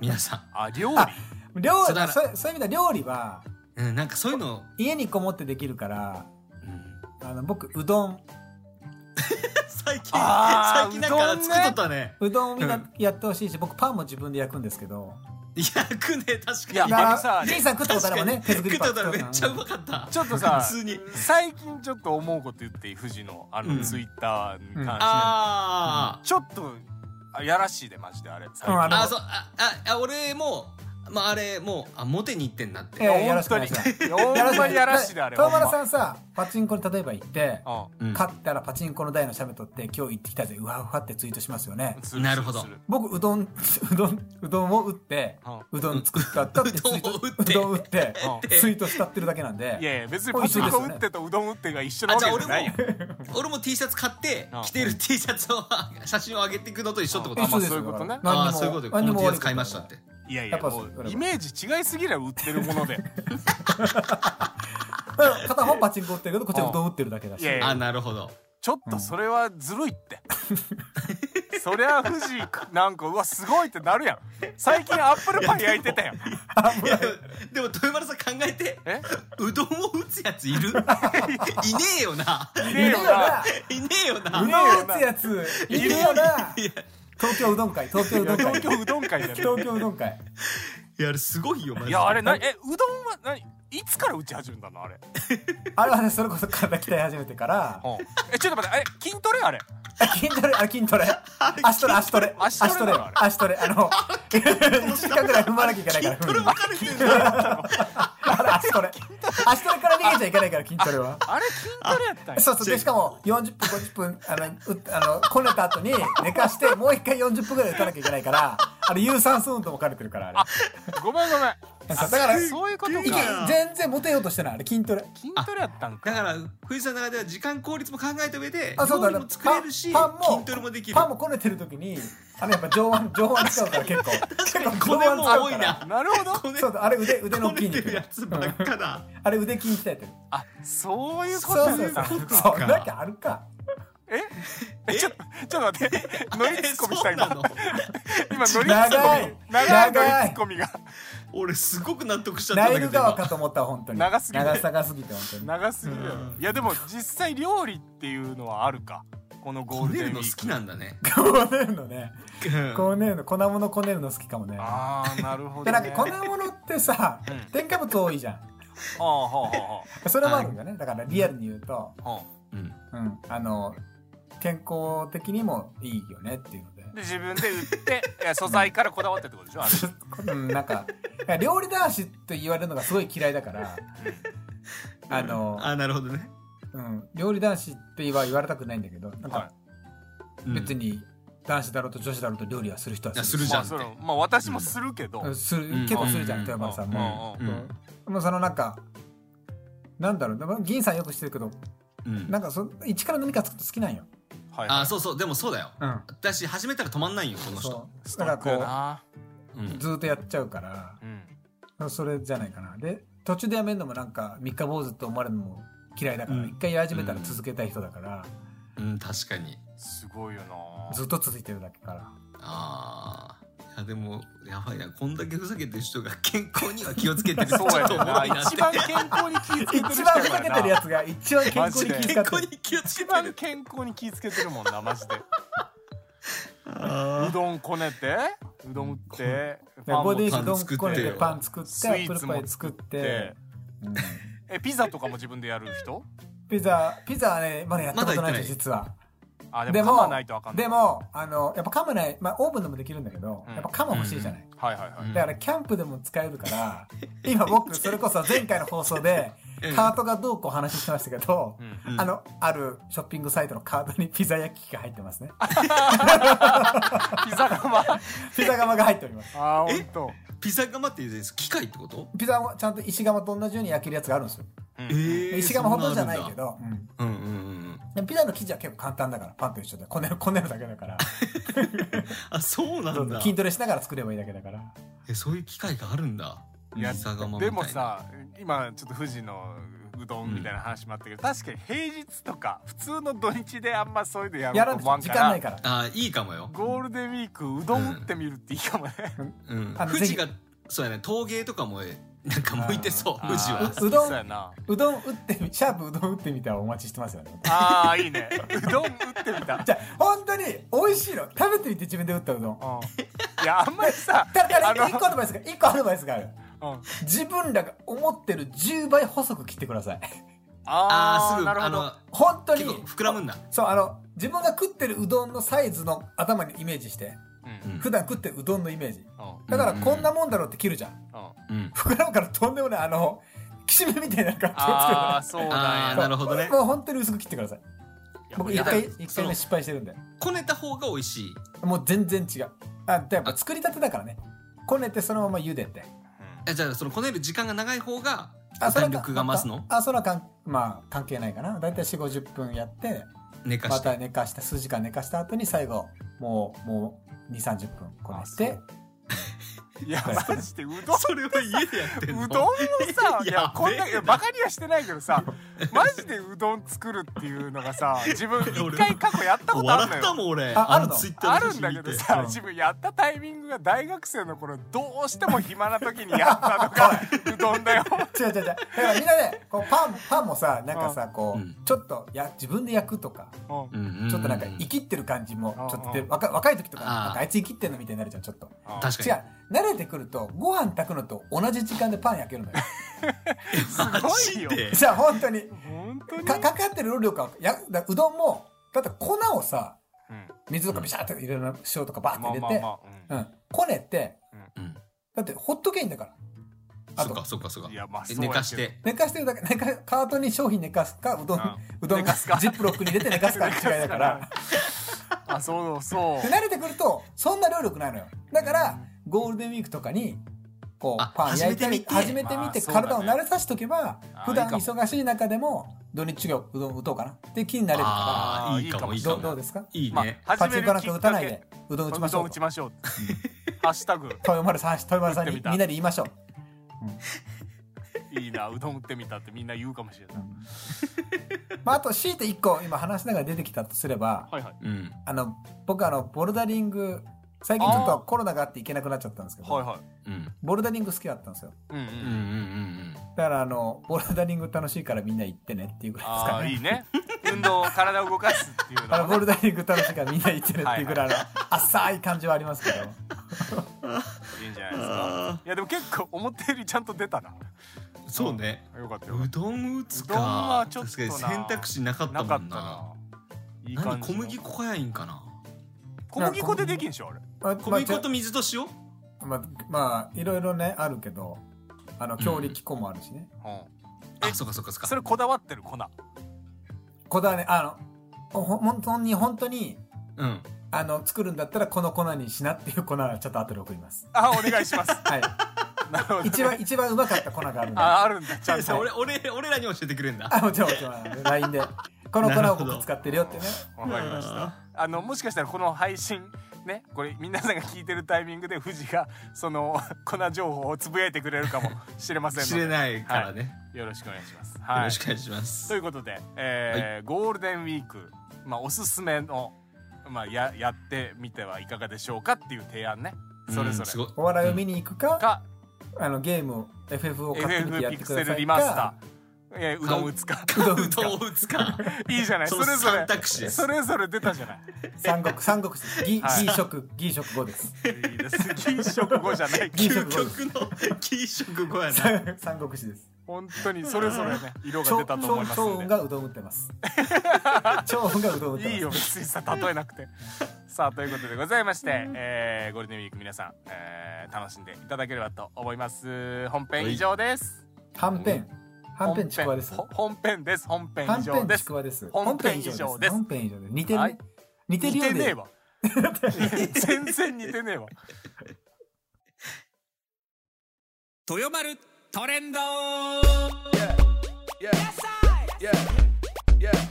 Speaker 3: 皆さ
Speaker 2: あ料理
Speaker 1: あ料
Speaker 3: そ
Speaker 1: 理
Speaker 3: うだ
Speaker 1: そ
Speaker 3: な
Speaker 1: うそういう意味では料理は
Speaker 3: ん、うん、なんかそういうの、
Speaker 1: 家にこもってできるから
Speaker 3: うん、
Speaker 1: あの僕うどん
Speaker 3: 最近
Speaker 2: あー
Speaker 3: 最近なんか
Speaker 2: うどんね
Speaker 3: 作っとったね
Speaker 1: うどんをみんなやってほしいし、僕パンも自分で焼くんですけど。
Speaker 3: 焼くね確
Speaker 2: いや
Speaker 3: か
Speaker 1: い
Speaker 3: に
Speaker 2: まあ
Speaker 1: や
Speaker 2: さ、
Speaker 1: じいさん食ったことあればね、手作
Speaker 3: 食
Speaker 1: り
Speaker 3: っ
Speaker 1: パン。
Speaker 3: とったらめっちゃうまかった
Speaker 2: ちょっとさ
Speaker 3: 普通に
Speaker 2: 最近ちょっと思うこと言っていい藤のあ
Speaker 3: うん
Speaker 2: のツイッターに関して、
Speaker 3: あー
Speaker 2: ちょっとあやらしいでマジであれ最近
Speaker 1: うんあの
Speaker 3: あそうあああ俺もまああれもうあモテに行ってんなって
Speaker 1: ええ
Speaker 2: い
Speaker 1: や
Speaker 2: や
Speaker 1: ら
Speaker 2: 本
Speaker 1: しくお
Speaker 2: 当
Speaker 1: 願いし
Speaker 2: に
Speaker 1: ます
Speaker 2: いや本当にやらしいであれ
Speaker 1: 川
Speaker 2: ほん
Speaker 1: 村
Speaker 2: ま
Speaker 1: さんさ、パチンコに例えば行って、
Speaker 2: う
Speaker 3: うん
Speaker 1: 勝ったらパチンコの台のシャメ取って、今日行ってきたぜ、うわうわってツイートしますよね
Speaker 2: ん。する
Speaker 3: なるほど
Speaker 2: する
Speaker 1: 僕、うどん、 うどん、うどんを打って、
Speaker 2: う
Speaker 1: うどん作ったったってツイート、
Speaker 3: う
Speaker 1: うどん打って、
Speaker 2: うん
Speaker 1: ツイートしたってるだけなん
Speaker 2: んい
Speaker 1: で、
Speaker 2: やいや別にパチンコ打ってとうどん打ってが一緒なわけじゃないよ
Speaker 3: 俺も T シャツ買って
Speaker 2: うん
Speaker 3: 着てる T シャツを写真を上げていくのと一緒ってこと
Speaker 2: あま
Speaker 1: 一
Speaker 2: あ
Speaker 1: 緒ですよ
Speaker 2: そういうことね
Speaker 1: だから
Speaker 3: あ
Speaker 1: 何にも
Speaker 3: あそういうことよこ
Speaker 1: 何にも
Speaker 3: の T
Speaker 1: 悪く
Speaker 3: シャツ
Speaker 1: な
Speaker 3: 買
Speaker 1: い
Speaker 3: いましたって
Speaker 2: いやい
Speaker 1: や
Speaker 2: や
Speaker 1: っぱ
Speaker 2: も
Speaker 1: それ
Speaker 2: う
Speaker 1: は
Speaker 2: イメージ違いすぎるよ売ってるもので
Speaker 1: だから片方パチンコ打ってるけど、こっちはうどん打ってるだけだし。
Speaker 2: いやいや
Speaker 3: あなるほど
Speaker 2: ちょっとそれはずるいって、そりゃ藤なんかうわすごいってなるやん最近アップルパイ焼いてたやん
Speaker 3: いやでも豊丸さん考えて
Speaker 2: え
Speaker 3: うどんを打つやつい るいねえよない
Speaker 1: い
Speaker 2: ねえ
Speaker 1: る
Speaker 2: よ
Speaker 1: よ
Speaker 2: な
Speaker 1: な。
Speaker 3: いねえよ
Speaker 1: うど
Speaker 3: なん
Speaker 1: 打つやつ、いるよな。東京うどん会、東京うどん会。
Speaker 2: 東京うどん会だよ
Speaker 1: 東京うどん会。
Speaker 3: いやあれすごいよマジ
Speaker 2: い
Speaker 3: で
Speaker 2: やあれなえうどんは何いつから打ち始めたのあれ、
Speaker 1: あれはね、それこそ体鍛え始めて から、
Speaker 2: えちょっと待ってえ筋トレあれ
Speaker 1: あ筋トレ、あ、筋 トレ。足トレ、足トレ。
Speaker 2: 足
Speaker 1: 足
Speaker 2: ト
Speaker 1: ト
Speaker 2: レ
Speaker 1: レ
Speaker 2: なのあれ、
Speaker 1: 足トレ。あ の、1時間ぐらい踏まなきゃいけ ないから、
Speaker 3: 筋トレ
Speaker 1: 踏
Speaker 3: 分
Speaker 1: む
Speaker 3: かれてるな
Speaker 1: あれ足 トレ。足トレから逃げちゃいけないから、筋トレは。
Speaker 2: あれ筋トレやったんや
Speaker 1: そうそう。で、しかも、40分、50分、あの、うあの、こねた後に寝かして、もう一回40分ぐらい打たなきゃいけないから、あれ、有酸素運動も兼ねてるから、あれ。
Speaker 2: ごめんごめん
Speaker 1: そうだから、
Speaker 2: そういうこと
Speaker 1: いけ
Speaker 2: か
Speaker 1: 全然モテようとしてない、あれ、筋トレ。
Speaker 2: 筋トレやったんか
Speaker 3: だから藤井さんの中では時間効率も考えた上で
Speaker 1: あ、そうだ
Speaker 3: 料理
Speaker 1: ね
Speaker 3: も作れるし
Speaker 1: パンパンも
Speaker 3: 筋トレもできる
Speaker 1: パンもこねてる時に、あれやっぱ上 腕、上腕使うから結構。結構
Speaker 3: こねも
Speaker 1: 上腕使う
Speaker 3: 多
Speaker 1: か
Speaker 3: い
Speaker 1: ら
Speaker 3: な
Speaker 2: なるほど
Speaker 3: こね
Speaker 1: そうだ、あれ腕、腕の
Speaker 3: こ
Speaker 1: 筋
Speaker 3: ねて
Speaker 1: 肉
Speaker 3: るや。つばっかだ
Speaker 1: あれ腕筋鍛えてる。
Speaker 2: あそういうこ
Speaker 1: そうそ
Speaker 2: と
Speaker 1: う
Speaker 2: ね
Speaker 1: そう。
Speaker 3: か
Speaker 1: そんだけあるか。
Speaker 2: ええちょちょっと待ってノリツッコミした
Speaker 3: えそうな
Speaker 2: 今
Speaker 3: の
Speaker 2: 今ノリツッコミ
Speaker 1: 長い
Speaker 2: 長いノリ
Speaker 1: 長い
Speaker 2: ツッコミが
Speaker 3: 俺すごく納得しちゃっ
Speaker 1: ナ
Speaker 3: たん
Speaker 1: イ
Speaker 3: だけ
Speaker 1: ル
Speaker 3: ど
Speaker 1: 川
Speaker 3: 今
Speaker 1: かと思ったわ本当に。
Speaker 2: 長すぎる
Speaker 1: 長さがすぎて本当に。
Speaker 2: 長すぎるよいやでも実際料理っていうのはあるかこのゴ
Speaker 3: こ
Speaker 2: ール
Speaker 3: ね
Speaker 2: デンウ
Speaker 3: る
Speaker 2: ィーク
Speaker 3: の好きなんだね
Speaker 1: こねるのね。
Speaker 3: う ん
Speaker 1: こねるの、粉物こねるの好きかもね。
Speaker 2: ああなるほど
Speaker 1: で、
Speaker 2: ね
Speaker 1: なんか粉物ってさ、添加物多いじゃん。
Speaker 2: ああほうほうほ
Speaker 1: それもあるんだね。だからリアルに言うと、
Speaker 2: うほ
Speaker 3: うん
Speaker 1: うん、あの、健康的にもいいよねっていうので
Speaker 2: う。で自分で売っていや素材からこだわってってことでしょあれ
Speaker 1: うん、なん か、料理男子って言われるのがすごい嫌いだから、あの、
Speaker 3: あなるほどね
Speaker 1: うん、料理男子っては言われたくないんだけど、なん
Speaker 2: は
Speaker 1: か
Speaker 3: うん
Speaker 1: 別に男子だろうと女子だろうと料理はする人はし
Speaker 3: いやするじゃん
Speaker 2: まあそれまあ私もするけど
Speaker 1: うんする
Speaker 3: ん
Speaker 1: 結構するじゃん、
Speaker 3: うん
Speaker 1: 豊丸さん
Speaker 2: う
Speaker 1: も。
Speaker 2: う
Speaker 3: うん
Speaker 1: もうそのなんか、なんだろうでも、銀さんよくしてるけど、
Speaker 3: うん
Speaker 1: なんかそ一から何か作ると好きなんよ。
Speaker 2: はい
Speaker 3: あそうそうでもそうだよ
Speaker 1: うん。
Speaker 3: 私始めたら止まんないよこの人
Speaker 1: そう。
Speaker 2: ス
Speaker 1: だ
Speaker 2: ト
Speaker 1: か
Speaker 2: ッ
Speaker 1: ら
Speaker 2: クや
Speaker 1: こ
Speaker 2: な
Speaker 3: う
Speaker 1: う、
Speaker 3: ん
Speaker 1: ずーっとやっちゃうから、
Speaker 2: うん
Speaker 1: それじゃないかな。で、途中でやめるのもなんか、三日坊主って思われるのも嫌いだから、
Speaker 3: うん
Speaker 1: 一回やり始めたら続けたい人だから、
Speaker 3: うん確かに
Speaker 2: すごいよな
Speaker 1: ずっと続いてるだけから。
Speaker 3: あーいやでもやばいなこんだけふざけてる人が健康には気をつけてる
Speaker 2: そうや
Speaker 3: ち
Speaker 2: ねん
Speaker 3: ょっとおもろ
Speaker 2: ない
Speaker 3: なっ
Speaker 2: 一
Speaker 3: て
Speaker 2: 番健康に気付けてる
Speaker 1: 一
Speaker 2: 人
Speaker 1: 番
Speaker 2: や
Speaker 1: ふざ
Speaker 2: か
Speaker 1: け
Speaker 2: ら
Speaker 1: てるや
Speaker 2: な
Speaker 1: つが一番健康に気遣っ
Speaker 3: 健
Speaker 1: て
Speaker 3: 康
Speaker 1: る
Speaker 3: に気をつけ
Speaker 2: 一
Speaker 3: て
Speaker 2: 番
Speaker 3: る
Speaker 2: 健康に気付けてるもんなマジでう
Speaker 3: あ
Speaker 2: どんこねてうどん打って
Speaker 1: だから
Speaker 2: も
Speaker 1: ボディー
Speaker 3: パ
Speaker 1: シ
Speaker 3: ン
Speaker 1: ど
Speaker 3: も
Speaker 1: んこね
Speaker 3: 作ってて
Speaker 1: パン作って
Speaker 2: スイ
Speaker 1: アッ
Speaker 2: ー
Speaker 1: プル
Speaker 2: ツも
Speaker 1: パイ作っ
Speaker 2: 作って
Speaker 1: て、うん
Speaker 2: えピザとかも自分でやる人
Speaker 1: ピザピザはねまだやったことないんですよ
Speaker 3: ま
Speaker 1: 実は
Speaker 2: あで
Speaker 1: で
Speaker 2: も
Speaker 1: も
Speaker 2: 噛まないとわかんない
Speaker 1: でもあのやっぱ噛むない、まあ、オーブンでもできるんだけど、
Speaker 2: うん
Speaker 1: やっぱ噛む欲しいじゃない、
Speaker 2: はいはいはい
Speaker 3: うん
Speaker 1: だからキャンプでも使えるから今僕それこそ前回の放送で
Speaker 3: うん
Speaker 1: カートがどうこう話してましたけど、
Speaker 2: うん
Speaker 3: うん
Speaker 1: あのあるショッピングサイトのカートにピザ焼き器が入ってますね
Speaker 2: ピザ窯
Speaker 1: ピザ窯が入っております
Speaker 2: あーほんと
Speaker 3: ピザ窯って言うんです機械ってこと
Speaker 1: ピザもちゃんと石窯と同じように焼けるやつがあるんですよ
Speaker 3: え
Speaker 1: 石窯ほどじゃないけど、うん
Speaker 3: うんうんうん
Speaker 1: でもピザの生地は結構簡単だからパンと一緒でこねるこねるだけだから
Speaker 3: あそうなんだ
Speaker 1: 筋トレしながら作ればいいだけだから
Speaker 3: えそういう機械があるんだ
Speaker 2: いや
Speaker 3: ピザ窯みたいな
Speaker 2: でもさ今ちょっと富士のうどんみたいな話もあったけど、確かに平日とか普通の土日であんまそういうのや
Speaker 1: や
Speaker 2: ろ
Speaker 1: らな
Speaker 2: うと
Speaker 1: く
Speaker 2: 思わん
Speaker 1: 時
Speaker 2: か
Speaker 1: 間
Speaker 2: ら
Speaker 1: ないから
Speaker 3: あーいいかもよ、
Speaker 2: ゴールデンウィークうどん打ってみるっていいかもね、
Speaker 3: うん、
Speaker 1: あの
Speaker 3: 富
Speaker 1: ぜ
Speaker 3: 士がそうやね陶芸とかもえなんか向いてそう宇治は
Speaker 2: あー
Speaker 1: うどん
Speaker 2: そうやな
Speaker 1: うどん打ってみシャープうどん打ってみたらお待ちしてますよね
Speaker 2: あーいいねうどん打ってみた
Speaker 1: じゃあ本当に美味しいの食べてみて自分で打ったうどん
Speaker 2: うんいやあんまりさ
Speaker 1: ただから
Speaker 2: あの
Speaker 1: 1個アドバイスが一個アドバイスがある
Speaker 2: うん
Speaker 1: 自分らが思ってる10倍細く切ってください
Speaker 2: あー
Speaker 3: ああすぐ
Speaker 2: なるほ
Speaker 3: あ
Speaker 2: ど
Speaker 3: の
Speaker 1: 本当に
Speaker 3: 結構膨らむんだ
Speaker 1: そうあの自分が食ってるうどんのサイズの頭にイメージして
Speaker 2: うん
Speaker 1: 普段食ってるうどんのイメージ
Speaker 2: うん
Speaker 1: だからこんなもんだろうって切るじゃん
Speaker 2: うん
Speaker 3: うん
Speaker 1: 膨らむからとんでもないあのきしめみたいな感じを作る
Speaker 2: ああそう
Speaker 3: あ
Speaker 2: なん
Speaker 3: ー
Speaker 1: そ
Speaker 2: や
Speaker 1: う
Speaker 3: なるほどね
Speaker 1: もう本当に薄く切ってください僕
Speaker 3: い
Speaker 1: 一
Speaker 3: や
Speaker 1: 回
Speaker 3: だから
Speaker 1: 一
Speaker 3: そ
Speaker 1: 回
Speaker 3: の
Speaker 1: 目失敗してるんで
Speaker 3: こねた方が美味しい
Speaker 1: もう全然違うあでやっぱ作りたてだからねこねてそのまま茹でて
Speaker 3: えじゃあそのこねる時間が長い方が
Speaker 1: あ
Speaker 3: 弾力が増すの
Speaker 1: あそれはかんまあ関係ないかなだいたい4 5 0分やって
Speaker 3: 寝か
Speaker 1: ま
Speaker 3: して
Speaker 1: た寝かした数時間寝かした後に最後もうもう2 3 0分こねて
Speaker 2: うんいやマジでうどん
Speaker 3: それは家でやってんの
Speaker 2: うどんをさ
Speaker 3: いや
Speaker 2: いやこん
Speaker 3: や
Speaker 2: な
Speaker 3: べえない
Speaker 2: やバカにはしてないけどさマジでうどん作るっていうのがさ自分一回過去やったことあるの
Speaker 3: 笑った
Speaker 2: よ
Speaker 3: もん俺
Speaker 1: ああるの
Speaker 3: のツイッタ
Speaker 2: あ
Speaker 3: ー
Speaker 2: る
Speaker 3: の
Speaker 2: ん
Speaker 3: 写真
Speaker 2: だ
Speaker 3: 見
Speaker 2: け
Speaker 3: て
Speaker 2: どさ
Speaker 1: うん
Speaker 2: 自分やったタイミングが大学生の頃どうしても暇な時にやったのがうどんだよ
Speaker 1: 違う違う違うだからみんなねこうパンパンもさなんかさこう、
Speaker 3: うん
Speaker 1: ちょっとや自分で焼くとか
Speaker 2: うん
Speaker 3: うんうんうん
Speaker 1: ちょっとなんか生きってる感じも
Speaker 2: うん
Speaker 1: ちょっとで若若い時とか
Speaker 3: あー
Speaker 1: なんかあいつ生きってんのみたいになるじゃんちょっと
Speaker 3: 確
Speaker 1: 違
Speaker 3: か
Speaker 1: う慣れてくるとご飯炊くのと同じ時間でパン焼けるのよ
Speaker 3: に
Speaker 2: すごいよ
Speaker 3: マジで
Speaker 1: じゃあ本当に
Speaker 2: 本当に
Speaker 1: かかかってる労力はやだうどんもだって粉をさ
Speaker 2: うん
Speaker 1: 水とかビシャーって入れるの塩とかバーって入れて、
Speaker 2: まあうん
Speaker 1: うん、こねて
Speaker 3: うん
Speaker 1: だってほっとけいいんだからあ
Speaker 3: そっ
Speaker 1: と
Speaker 3: かそっかそっか
Speaker 2: いやまあ
Speaker 3: え
Speaker 2: そうやけど
Speaker 3: 寝かして
Speaker 1: 寝かしてるだけ寝 かカートに商品寝かすかうどん
Speaker 2: あ
Speaker 1: うどん
Speaker 2: 寝かすか
Speaker 1: ジップロックに入れて寝かすか の違いだから
Speaker 2: あそうそう
Speaker 1: で慣れてくるとそんな労力ないのよだからゴールデンウィークとかにこ
Speaker 3: あ
Speaker 1: うパン焼いたり始
Speaker 3: 始
Speaker 1: め
Speaker 2: め
Speaker 1: て
Speaker 2: て
Speaker 1: み
Speaker 2: みて
Speaker 1: て
Speaker 2: まあ
Speaker 1: 体を
Speaker 2: そうだ
Speaker 1: 慣
Speaker 2: ね
Speaker 1: れさせとけば
Speaker 2: あ
Speaker 1: 普段
Speaker 2: いいかも
Speaker 1: 忙しい中でも土日授業うどん打とうかなって気になれるか
Speaker 3: ああ
Speaker 2: あー
Speaker 3: いいかもい
Speaker 1: ら
Speaker 3: い
Speaker 1: ど
Speaker 3: か
Speaker 1: うどう
Speaker 3: も
Speaker 1: ですか
Speaker 3: いい
Speaker 2: ま
Speaker 3: ね
Speaker 2: あ
Speaker 1: パ
Speaker 2: 始
Speaker 1: チ
Speaker 2: め
Speaker 1: ン
Speaker 2: る
Speaker 1: コ
Speaker 2: き
Speaker 1: なんか打
Speaker 2: ったか
Speaker 1: ない
Speaker 2: け
Speaker 1: でうどん打ちま
Speaker 2: う
Speaker 1: しょ
Speaker 2: どん
Speaker 1: う
Speaker 2: 打ち
Speaker 1: と
Speaker 2: ましょうハッシュタグ
Speaker 1: 豊丸さん豊丸さん に
Speaker 2: 打ってみた
Speaker 1: みんなで言いましょう
Speaker 2: いいなうどん打ってみたってみんな言うかもしれない
Speaker 1: まああと強いて1個今話しながら出てきたとすれば
Speaker 2: はいはい
Speaker 3: うん
Speaker 1: あの僕あのボルダリング最近ちょっ
Speaker 2: あ
Speaker 1: とコロナがあって行けなくなっちゃったんですけど、
Speaker 2: はいはい
Speaker 3: うん
Speaker 1: ボルダリング好きだったんですよ
Speaker 2: うんう
Speaker 3: うんうんうんん
Speaker 1: だからあのボルダリング楽しいからみんな行ってねっていうぐらいです
Speaker 2: あ
Speaker 1: か
Speaker 2: あ
Speaker 1: ね
Speaker 2: いいね運動体を動かすっていうの
Speaker 1: あの
Speaker 2: は
Speaker 1: ボ
Speaker 2: ね
Speaker 1: ルダリング楽しいからみんな行ってねっていうぐらいの 浅い感じはありますけど
Speaker 2: いいんじゃないですか
Speaker 3: あ
Speaker 2: いやでも結構思ったよりちゃんと出たな
Speaker 3: ーそうね
Speaker 2: よかったよかっ
Speaker 3: うどん打つ
Speaker 2: うどん
Speaker 3: か
Speaker 2: はちょっ
Speaker 3: 確
Speaker 2: と
Speaker 3: か
Speaker 2: な
Speaker 3: に選択肢なかった
Speaker 2: たなか
Speaker 3: も
Speaker 2: っ
Speaker 3: ん
Speaker 2: た
Speaker 3: な
Speaker 2: ないい
Speaker 3: 何
Speaker 2: 感じ
Speaker 3: 小
Speaker 2: の
Speaker 3: 麦粉早いんかな
Speaker 2: 小麦粉でできんでしょあれ
Speaker 1: まあ
Speaker 3: 小麦粉と水と塩
Speaker 1: まあ、まあ、いろいろねあるけどあの強力粉もあるしね、
Speaker 2: うん
Speaker 3: あそっかそっかそっ
Speaker 2: そ
Speaker 3: か
Speaker 2: れこだわってる粉
Speaker 1: こだわりあのほ本当に本当に
Speaker 3: うん
Speaker 1: あの作るんだったらこの粉にしなっていう粉はちょっと後で送ります
Speaker 2: あお願いします
Speaker 1: はい
Speaker 2: なるほど
Speaker 1: 一番一番うまかった粉があるんであ
Speaker 2: ああるんだちゃん
Speaker 3: さ
Speaker 2: と
Speaker 3: 俺俺俺らに教えてくれるんだ
Speaker 1: もちろんもちろん LINE でこの粉を僕使ってるよってね
Speaker 2: わかりました。あのもしかしたらこの配信ねこれ皆さんが聞いてるタイミングで富士がその粉情報をつぶやいてくれるかもしれません
Speaker 3: 知
Speaker 2: の
Speaker 3: れ
Speaker 2: で
Speaker 3: ないからね
Speaker 2: よろしくお願いします。
Speaker 3: よ
Speaker 2: は
Speaker 3: ろ
Speaker 2: い
Speaker 3: し、くお願いします
Speaker 2: ということで、えーゴールデンウィーク、まあ、おすすめの、まあ、ややってみてはいかがでしょうかっていう提案ねそれぞ
Speaker 3: うんす
Speaker 2: れ
Speaker 3: ごい
Speaker 1: お笑いを見に行くか、
Speaker 2: か
Speaker 1: あのゲーム FF を買ってみ
Speaker 2: FF
Speaker 1: てやっ
Speaker 2: ピ
Speaker 1: て
Speaker 2: ク
Speaker 1: くだ
Speaker 2: セ
Speaker 1: さ
Speaker 2: ル
Speaker 1: い
Speaker 2: リマスタ
Speaker 1: か
Speaker 2: ー、えーうどん打つか
Speaker 1: うどん
Speaker 3: うどん打 つか
Speaker 2: いいじゃない
Speaker 3: そ
Speaker 2: そ
Speaker 3: の
Speaker 2: れぞ
Speaker 3: 三択肢で
Speaker 2: れ
Speaker 3: す
Speaker 2: それぞれ出たじゃない。
Speaker 1: 三国三国志です義
Speaker 2: はい
Speaker 1: 義食義食語 です
Speaker 2: いいです銀色後じゃない
Speaker 1: 銀
Speaker 3: 究極の給食後やな
Speaker 1: 三三国志です
Speaker 2: 本当にそれぞれね色が
Speaker 1: 超
Speaker 2: 出たと思います
Speaker 1: 超
Speaker 2: ん
Speaker 1: 音
Speaker 2: で
Speaker 1: がうどん打ってます 超音がうどん打ってます
Speaker 2: いいよ別にさ例え なくてさあということでございまして、えーゴールデンウィーク皆さん、えー楽しんでいただければと思います本編以上です
Speaker 1: はんぺんはんぺんちくわです
Speaker 2: ほ本編です本編
Speaker 1: は
Speaker 2: 以
Speaker 1: ん
Speaker 2: 上
Speaker 1: ぺん
Speaker 2: で
Speaker 1: ち
Speaker 2: す
Speaker 1: くわです
Speaker 2: 本編以上です
Speaker 1: 本本編以上です似てるね、
Speaker 2: はい
Speaker 1: 似てる
Speaker 2: 似
Speaker 1: よ
Speaker 2: て
Speaker 1: う
Speaker 2: ねえ
Speaker 1: で
Speaker 2: わ 全然似てねえわ
Speaker 5: 豊丸トレンド
Speaker 6: Yeah. Yeah. Yeah.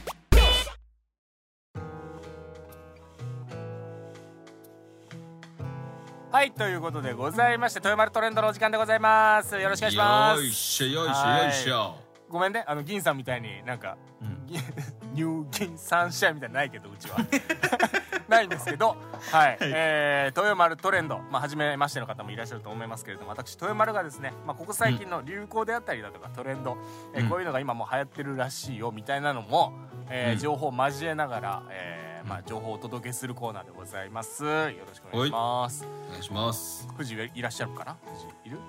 Speaker 2: はいということでございまして豊丸トレンドのお時間でございますよろしくお願いしま
Speaker 3: よい
Speaker 2: す
Speaker 3: しょよいしょよいしょ
Speaker 2: ごめんねあの銀さんみたいになんか
Speaker 3: うん
Speaker 2: ニュー銀サンシャインみたいなのないけどうちは ないんですけど、はい、えー、豊丸トレンド、まあ、初めましての方もいらっしゃると思いますけれども、私豊丸がですね、まあ、ここ最近の流行であったりだとか、トレンド、えー
Speaker 3: うん
Speaker 2: こういうのが今もう流行ってるらしいよみたいなのも、えー
Speaker 3: うん
Speaker 2: 情報を交えながら、えーまあ、情報をお届けするコーナーでございます。よろしくお願いします。
Speaker 3: お願いします
Speaker 2: 藤井いらっしゃるかな？藤井いる？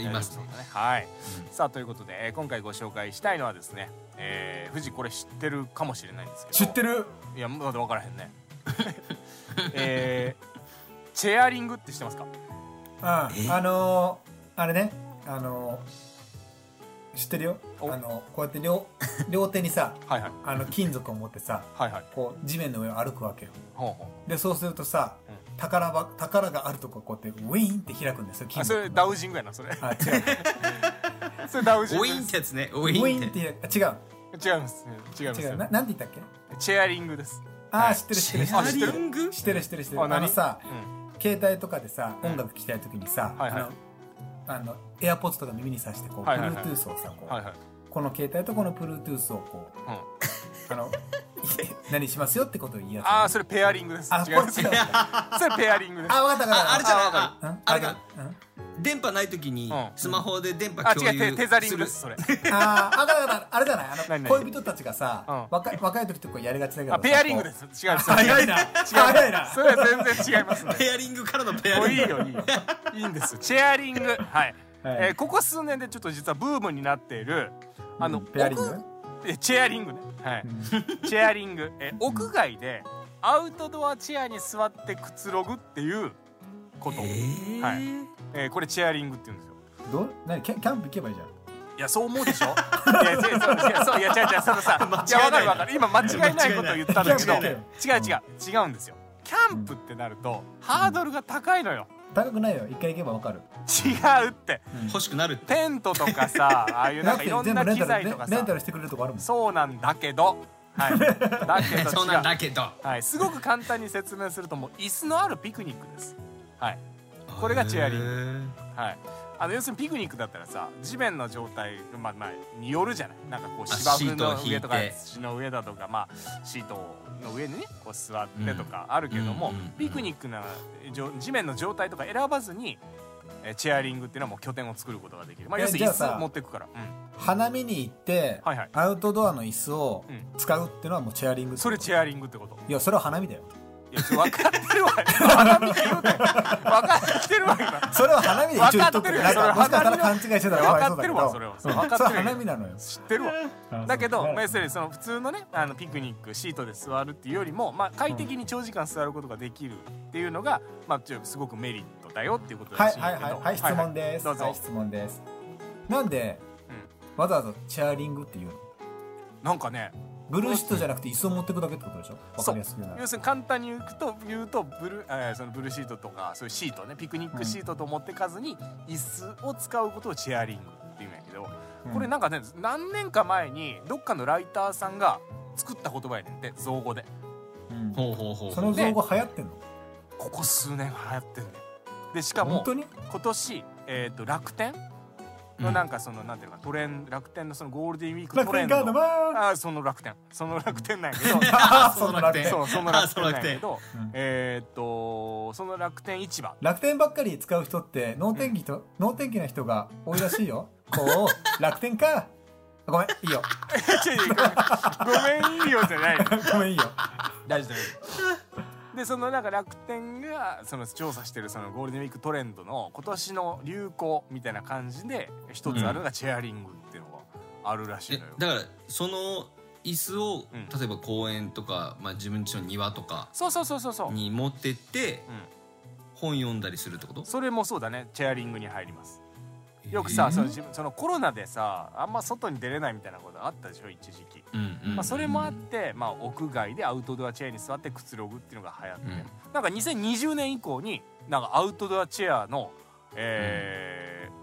Speaker 3: じゃあいます
Speaker 2: 大丈夫そ
Speaker 3: ね
Speaker 2: うだねはい、さあということで、えー今回ご紹介したいのはですね、えー、富士これ知ってるかもしれないんですけど
Speaker 1: 知ってる
Speaker 2: いやまだ分からへんね えー、チェアリングって知ってますか
Speaker 1: うん、あのー、あれね、あのー、知ってるよ。あ
Speaker 2: お
Speaker 1: のこうやって 両両手にさ、
Speaker 2: はいはい
Speaker 1: あの金属を持ってさ、
Speaker 2: はいはい
Speaker 1: こう地面の上を歩くわけよ。
Speaker 2: ほうほ
Speaker 1: でそうするとさ、
Speaker 2: う
Speaker 1: 宝ば宝があるとここうやってウィーンって開くんですよ。
Speaker 2: う
Speaker 1: 金
Speaker 2: あそ
Speaker 1: 属
Speaker 2: れダウジングやなそれ
Speaker 1: あ違う。
Speaker 2: それダ ウジン
Speaker 3: ウ
Speaker 2: グ
Speaker 3: ィ
Speaker 2: で
Speaker 3: ンっ
Speaker 2: す
Speaker 3: てやつねウ
Speaker 1: ウ
Speaker 3: ィ
Speaker 1: ィ
Speaker 3: ン
Speaker 1: ーン
Speaker 3: っ
Speaker 1: って
Speaker 3: て
Speaker 1: 開く。違う。
Speaker 2: 違います違います
Speaker 1: 違うななんて言ったっけ
Speaker 2: チェアリングです
Speaker 1: あ
Speaker 2: は
Speaker 1: あ
Speaker 2: い
Speaker 1: 知ってる知っ
Speaker 3: チ
Speaker 1: てる
Speaker 3: ェア
Speaker 1: 知って
Speaker 3: リ
Speaker 1: る
Speaker 3: ング
Speaker 1: 知ってる知ってる知ってる
Speaker 2: あ何
Speaker 1: あのさ
Speaker 2: うん
Speaker 1: 携帯とかでさ音楽聴きたい時にさ、
Speaker 2: はいはい
Speaker 1: あのあのエアポッ s とか耳にさしてこう、
Speaker 2: はいはいはい
Speaker 1: Bluetooth をさこう、
Speaker 2: はいはい
Speaker 1: この携帯とこの Bluetooth をこう、
Speaker 2: うん
Speaker 1: あ の何しますよってことを言いやつ
Speaker 2: ああそれペアリングです
Speaker 1: あ
Speaker 2: 違いま
Speaker 1: こっ
Speaker 2: す
Speaker 1: ちだ
Speaker 2: それペアリングです
Speaker 1: あ分かった分かった
Speaker 3: ああれじゃない
Speaker 1: うん
Speaker 3: ああれが
Speaker 1: うんあ
Speaker 3: 電波ない時に
Speaker 2: うん
Speaker 3: スマホで電波
Speaker 2: あ
Speaker 3: 共
Speaker 2: 違うテ
Speaker 3: 有
Speaker 2: テザリン
Speaker 3: す
Speaker 2: グで
Speaker 3: る
Speaker 2: すそれ
Speaker 1: あ分かった分かったあれじゃないあ
Speaker 2: 何
Speaker 1: の
Speaker 2: 何
Speaker 1: 恋人たちがさ、
Speaker 2: うん
Speaker 1: 若い若い時ってこうやりがちだけど
Speaker 2: あ
Speaker 1: さ
Speaker 2: ペアリング
Speaker 1: こう
Speaker 2: です違います
Speaker 1: 早いな早いな
Speaker 2: それは全然違いますね
Speaker 3: ペアリングからのペア
Speaker 2: もう
Speaker 3: リ
Speaker 2: い
Speaker 3: ン
Speaker 2: い
Speaker 3: グ
Speaker 2: よいいよいいんですチェアリングはい、
Speaker 1: はい
Speaker 2: えーここ数年でちょっと実はブームになっているあの、
Speaker 1: ペアリング
Speaker 2: 屋えチェアリングねはい、チェアリング、えー屋外でアウトドアチェアに座ってくつろぐっていうこと、はいえーこれチェアリングって言うんですよ
Speaker 1: どう何キャンキャンプ行けばいいじゃん
Speaker 2: いやそう思うでしょいや違う違う違うそういや違う違うそのさいや
Speaker 3: 間違
Speaker 2: わ
Speaker 3: いな
Speaker 2: か
Speaker 3: い
Speaker 2: るわかる今間違いないことを言ったんだけど違
Speaker 1: 間違いな
Speaker 2: う
Speaker 1: い
Speaker 2: 違う違うんですよキャンプってなるとハードルが高いのよ
Speaker 1: 高くないよ一回行けば分かる
Speaker 2: 違うって
Speaker 3: 欲しくなるって
Speaker 2: テントとか さああいうなんかいろんな機材とか
Speaker 1: レン
Speaker 2: さ
Speaker 1: タルしてくれるとこあるもん
Speaker 2: そうなんだけど、 はい、だけど
Speaker 3: そう
Speaker 2: 違
Speaker 3: なん
Speaker 2: う、
Speaker 3: だけど
Speaker 2: はい、すごく簡単に説明するともう椅子のあるピクニックです、はいこれがチェアリング
Speaker 3: グ
Speaker 2: はい、あの要するにピクニックだったらさ地面の状態、まあまあ、によるじゃないなんかこう
Speaker 3: あ
Speaker 2: 芝
Speaker 3: シ
Speaker 2: 生
Speaker 3: ートを
Speaker 2: の
Speaker 3: 敷いて
Speaker 2: 上とか土の上だとか、まあ、シートの上にねこう座ってとかあるけども、
Speaker 3: うんうんうん
Speaker 2: ピクニックなじょ地面の状態とか選ばずにえーチェアリングっていうのはもう拠点を作ることができる、まあ、
Speaker 1: え
Speaker 2: 要するに椅
Speaker 1: じゃあ
Speaker 2: 子
Speaker 1: さ
Speaker 2: 持ってくから、うん
Speaker 1: 花見に行って、
Speaker 2: はいはい
Speaker 1: アウトドアの椅子を
Speaker 2: う
Speaker 1: 使うっていうのはもうチェアリング
Speaker 2: それチ
Speaker 1: ェ
Speaker 2: ェアリングってこと
Speaker 1: いやそれは花見だよ
Speaker 2: いや、ちょ分かってるわ。今分かってるわ。分かってるわ、今。
Speaker 1: それは花見で一応言っとく
Speaker 2: 分か
Speaker 1: な
Speaker 2: っ
Speaker 1: んかも
Speaker 2: てるよ
Speaker 1: しかしたら勘違いしてたらかわいそうだけど
Speaker 2: 分かってるわそれは
Speaker 1: うん
Speaker 2: 分かってるよ
Speaker 1: それは花見なのよ
Speaker 2: 知ってるわ。だけど、まあ、要
Speaker 1: う
Speaker 2: するにその普通のねあのピクニックシートで座るっていうよりも、まあ、快適に長時間座ることができるっていうのが、まあ、ちょっとすごくメリットだよっていうこと
Speaker 1: は
Speaker 2: ら
Speaker 1: い
Speaker 2: しいん
Speaker 1: はい
Speaker 2: だけ
Speaker 1: はい
Speaker 2: ど
Speaker 1: はい質問です
Speaker 2: どうぞ、
Speaker 1: はい質問ですなんでわざわざチェアリングっていうの
Speaker 2: うん、なんかね
Speaker 1: ブルーシートじゃなくて椅子を持ってくだけってことでしょわかりやすく言うなら
Speaker 2: 要するに簡単に言うと言うとブル,、えーそのブルーシートとかそういうシートねピクニックシートと持ってかずに椅子を使うことをチェアリングっていうんやけど、これなんかね何年か前にどっかのライターさんが作った言葉やねんって造語で
Speaker 1: うん
Speaker 3: ほうほうほう
Speaker 1: その造語流行ってんの
Speaker 2: ここ数年流行ってんねんでしか
Speaker 1: 本
Speaker 2: も
Speaker 1: 当に
Speaker 2: 今年、えー、と楽天
Speaker 3: う
Speaker 2: の
Speaker 3: ん
Speaker 2: なんかその、なんていうのかトレン楽天のそのゴールデンウィークト
Speaker 1: 楽
Speaker 2: レ
Speaker 1: 天
Speaker 2: ン
Speaker 1: カード
Speaker 2: ド
Speaker 1: マー
Speaker 2: あーその楽天その楽天なんや けど
Speaker 1: あー
Speaker 3: そ
Speaker 1: その
Speaker 3: の楽
Speaker 1: 楽
Speaker 3: 天
Speaker 1: 天
Speaker 2: そうその楽天なんやけど、
Speaker 1: あーその楽天
Speaker 2: えーっとその楽天 市場
Speaker 1: 楽天ばっかり使う人って能天気と、能天気な人が多いらしいよこう楽天かあごめんいいよ
Speaker 2: 違う違うごめんいいよじゃないの
Speaker 1: ごめんいいよ
Speaker 2: 大事だよでそのなんか楽天がその調査してるそのゴールデンウィークトレンドの今年の流行みたいな感じで一つあるのがチェアリングっていうのがあるらしい
Speaker 3: え
Speaker 2: のよ、
Speaker 3: だからその椅子を、
Speaker 2: うん
Speaker 3: 例えば公園とか、まあ、自分家の庭とか
Speaker 2: そうそうそうそうそう、うん、
Speaker 3: に持ってって本読んだりするってこと
Speaker 2: それもそうだねチェアリングに入りますよくさ、その自分そのコロナでさあんま外に出れないみたいなことあったでしょ一時期、
Speaker 3: うんうん
Speaker 2: まあ、それもあって、まあ、屋外でアウトドアチェアに座ってくつろぐっていうのが流行って、なんか2020年以降になんかアウトドアチェアの、えー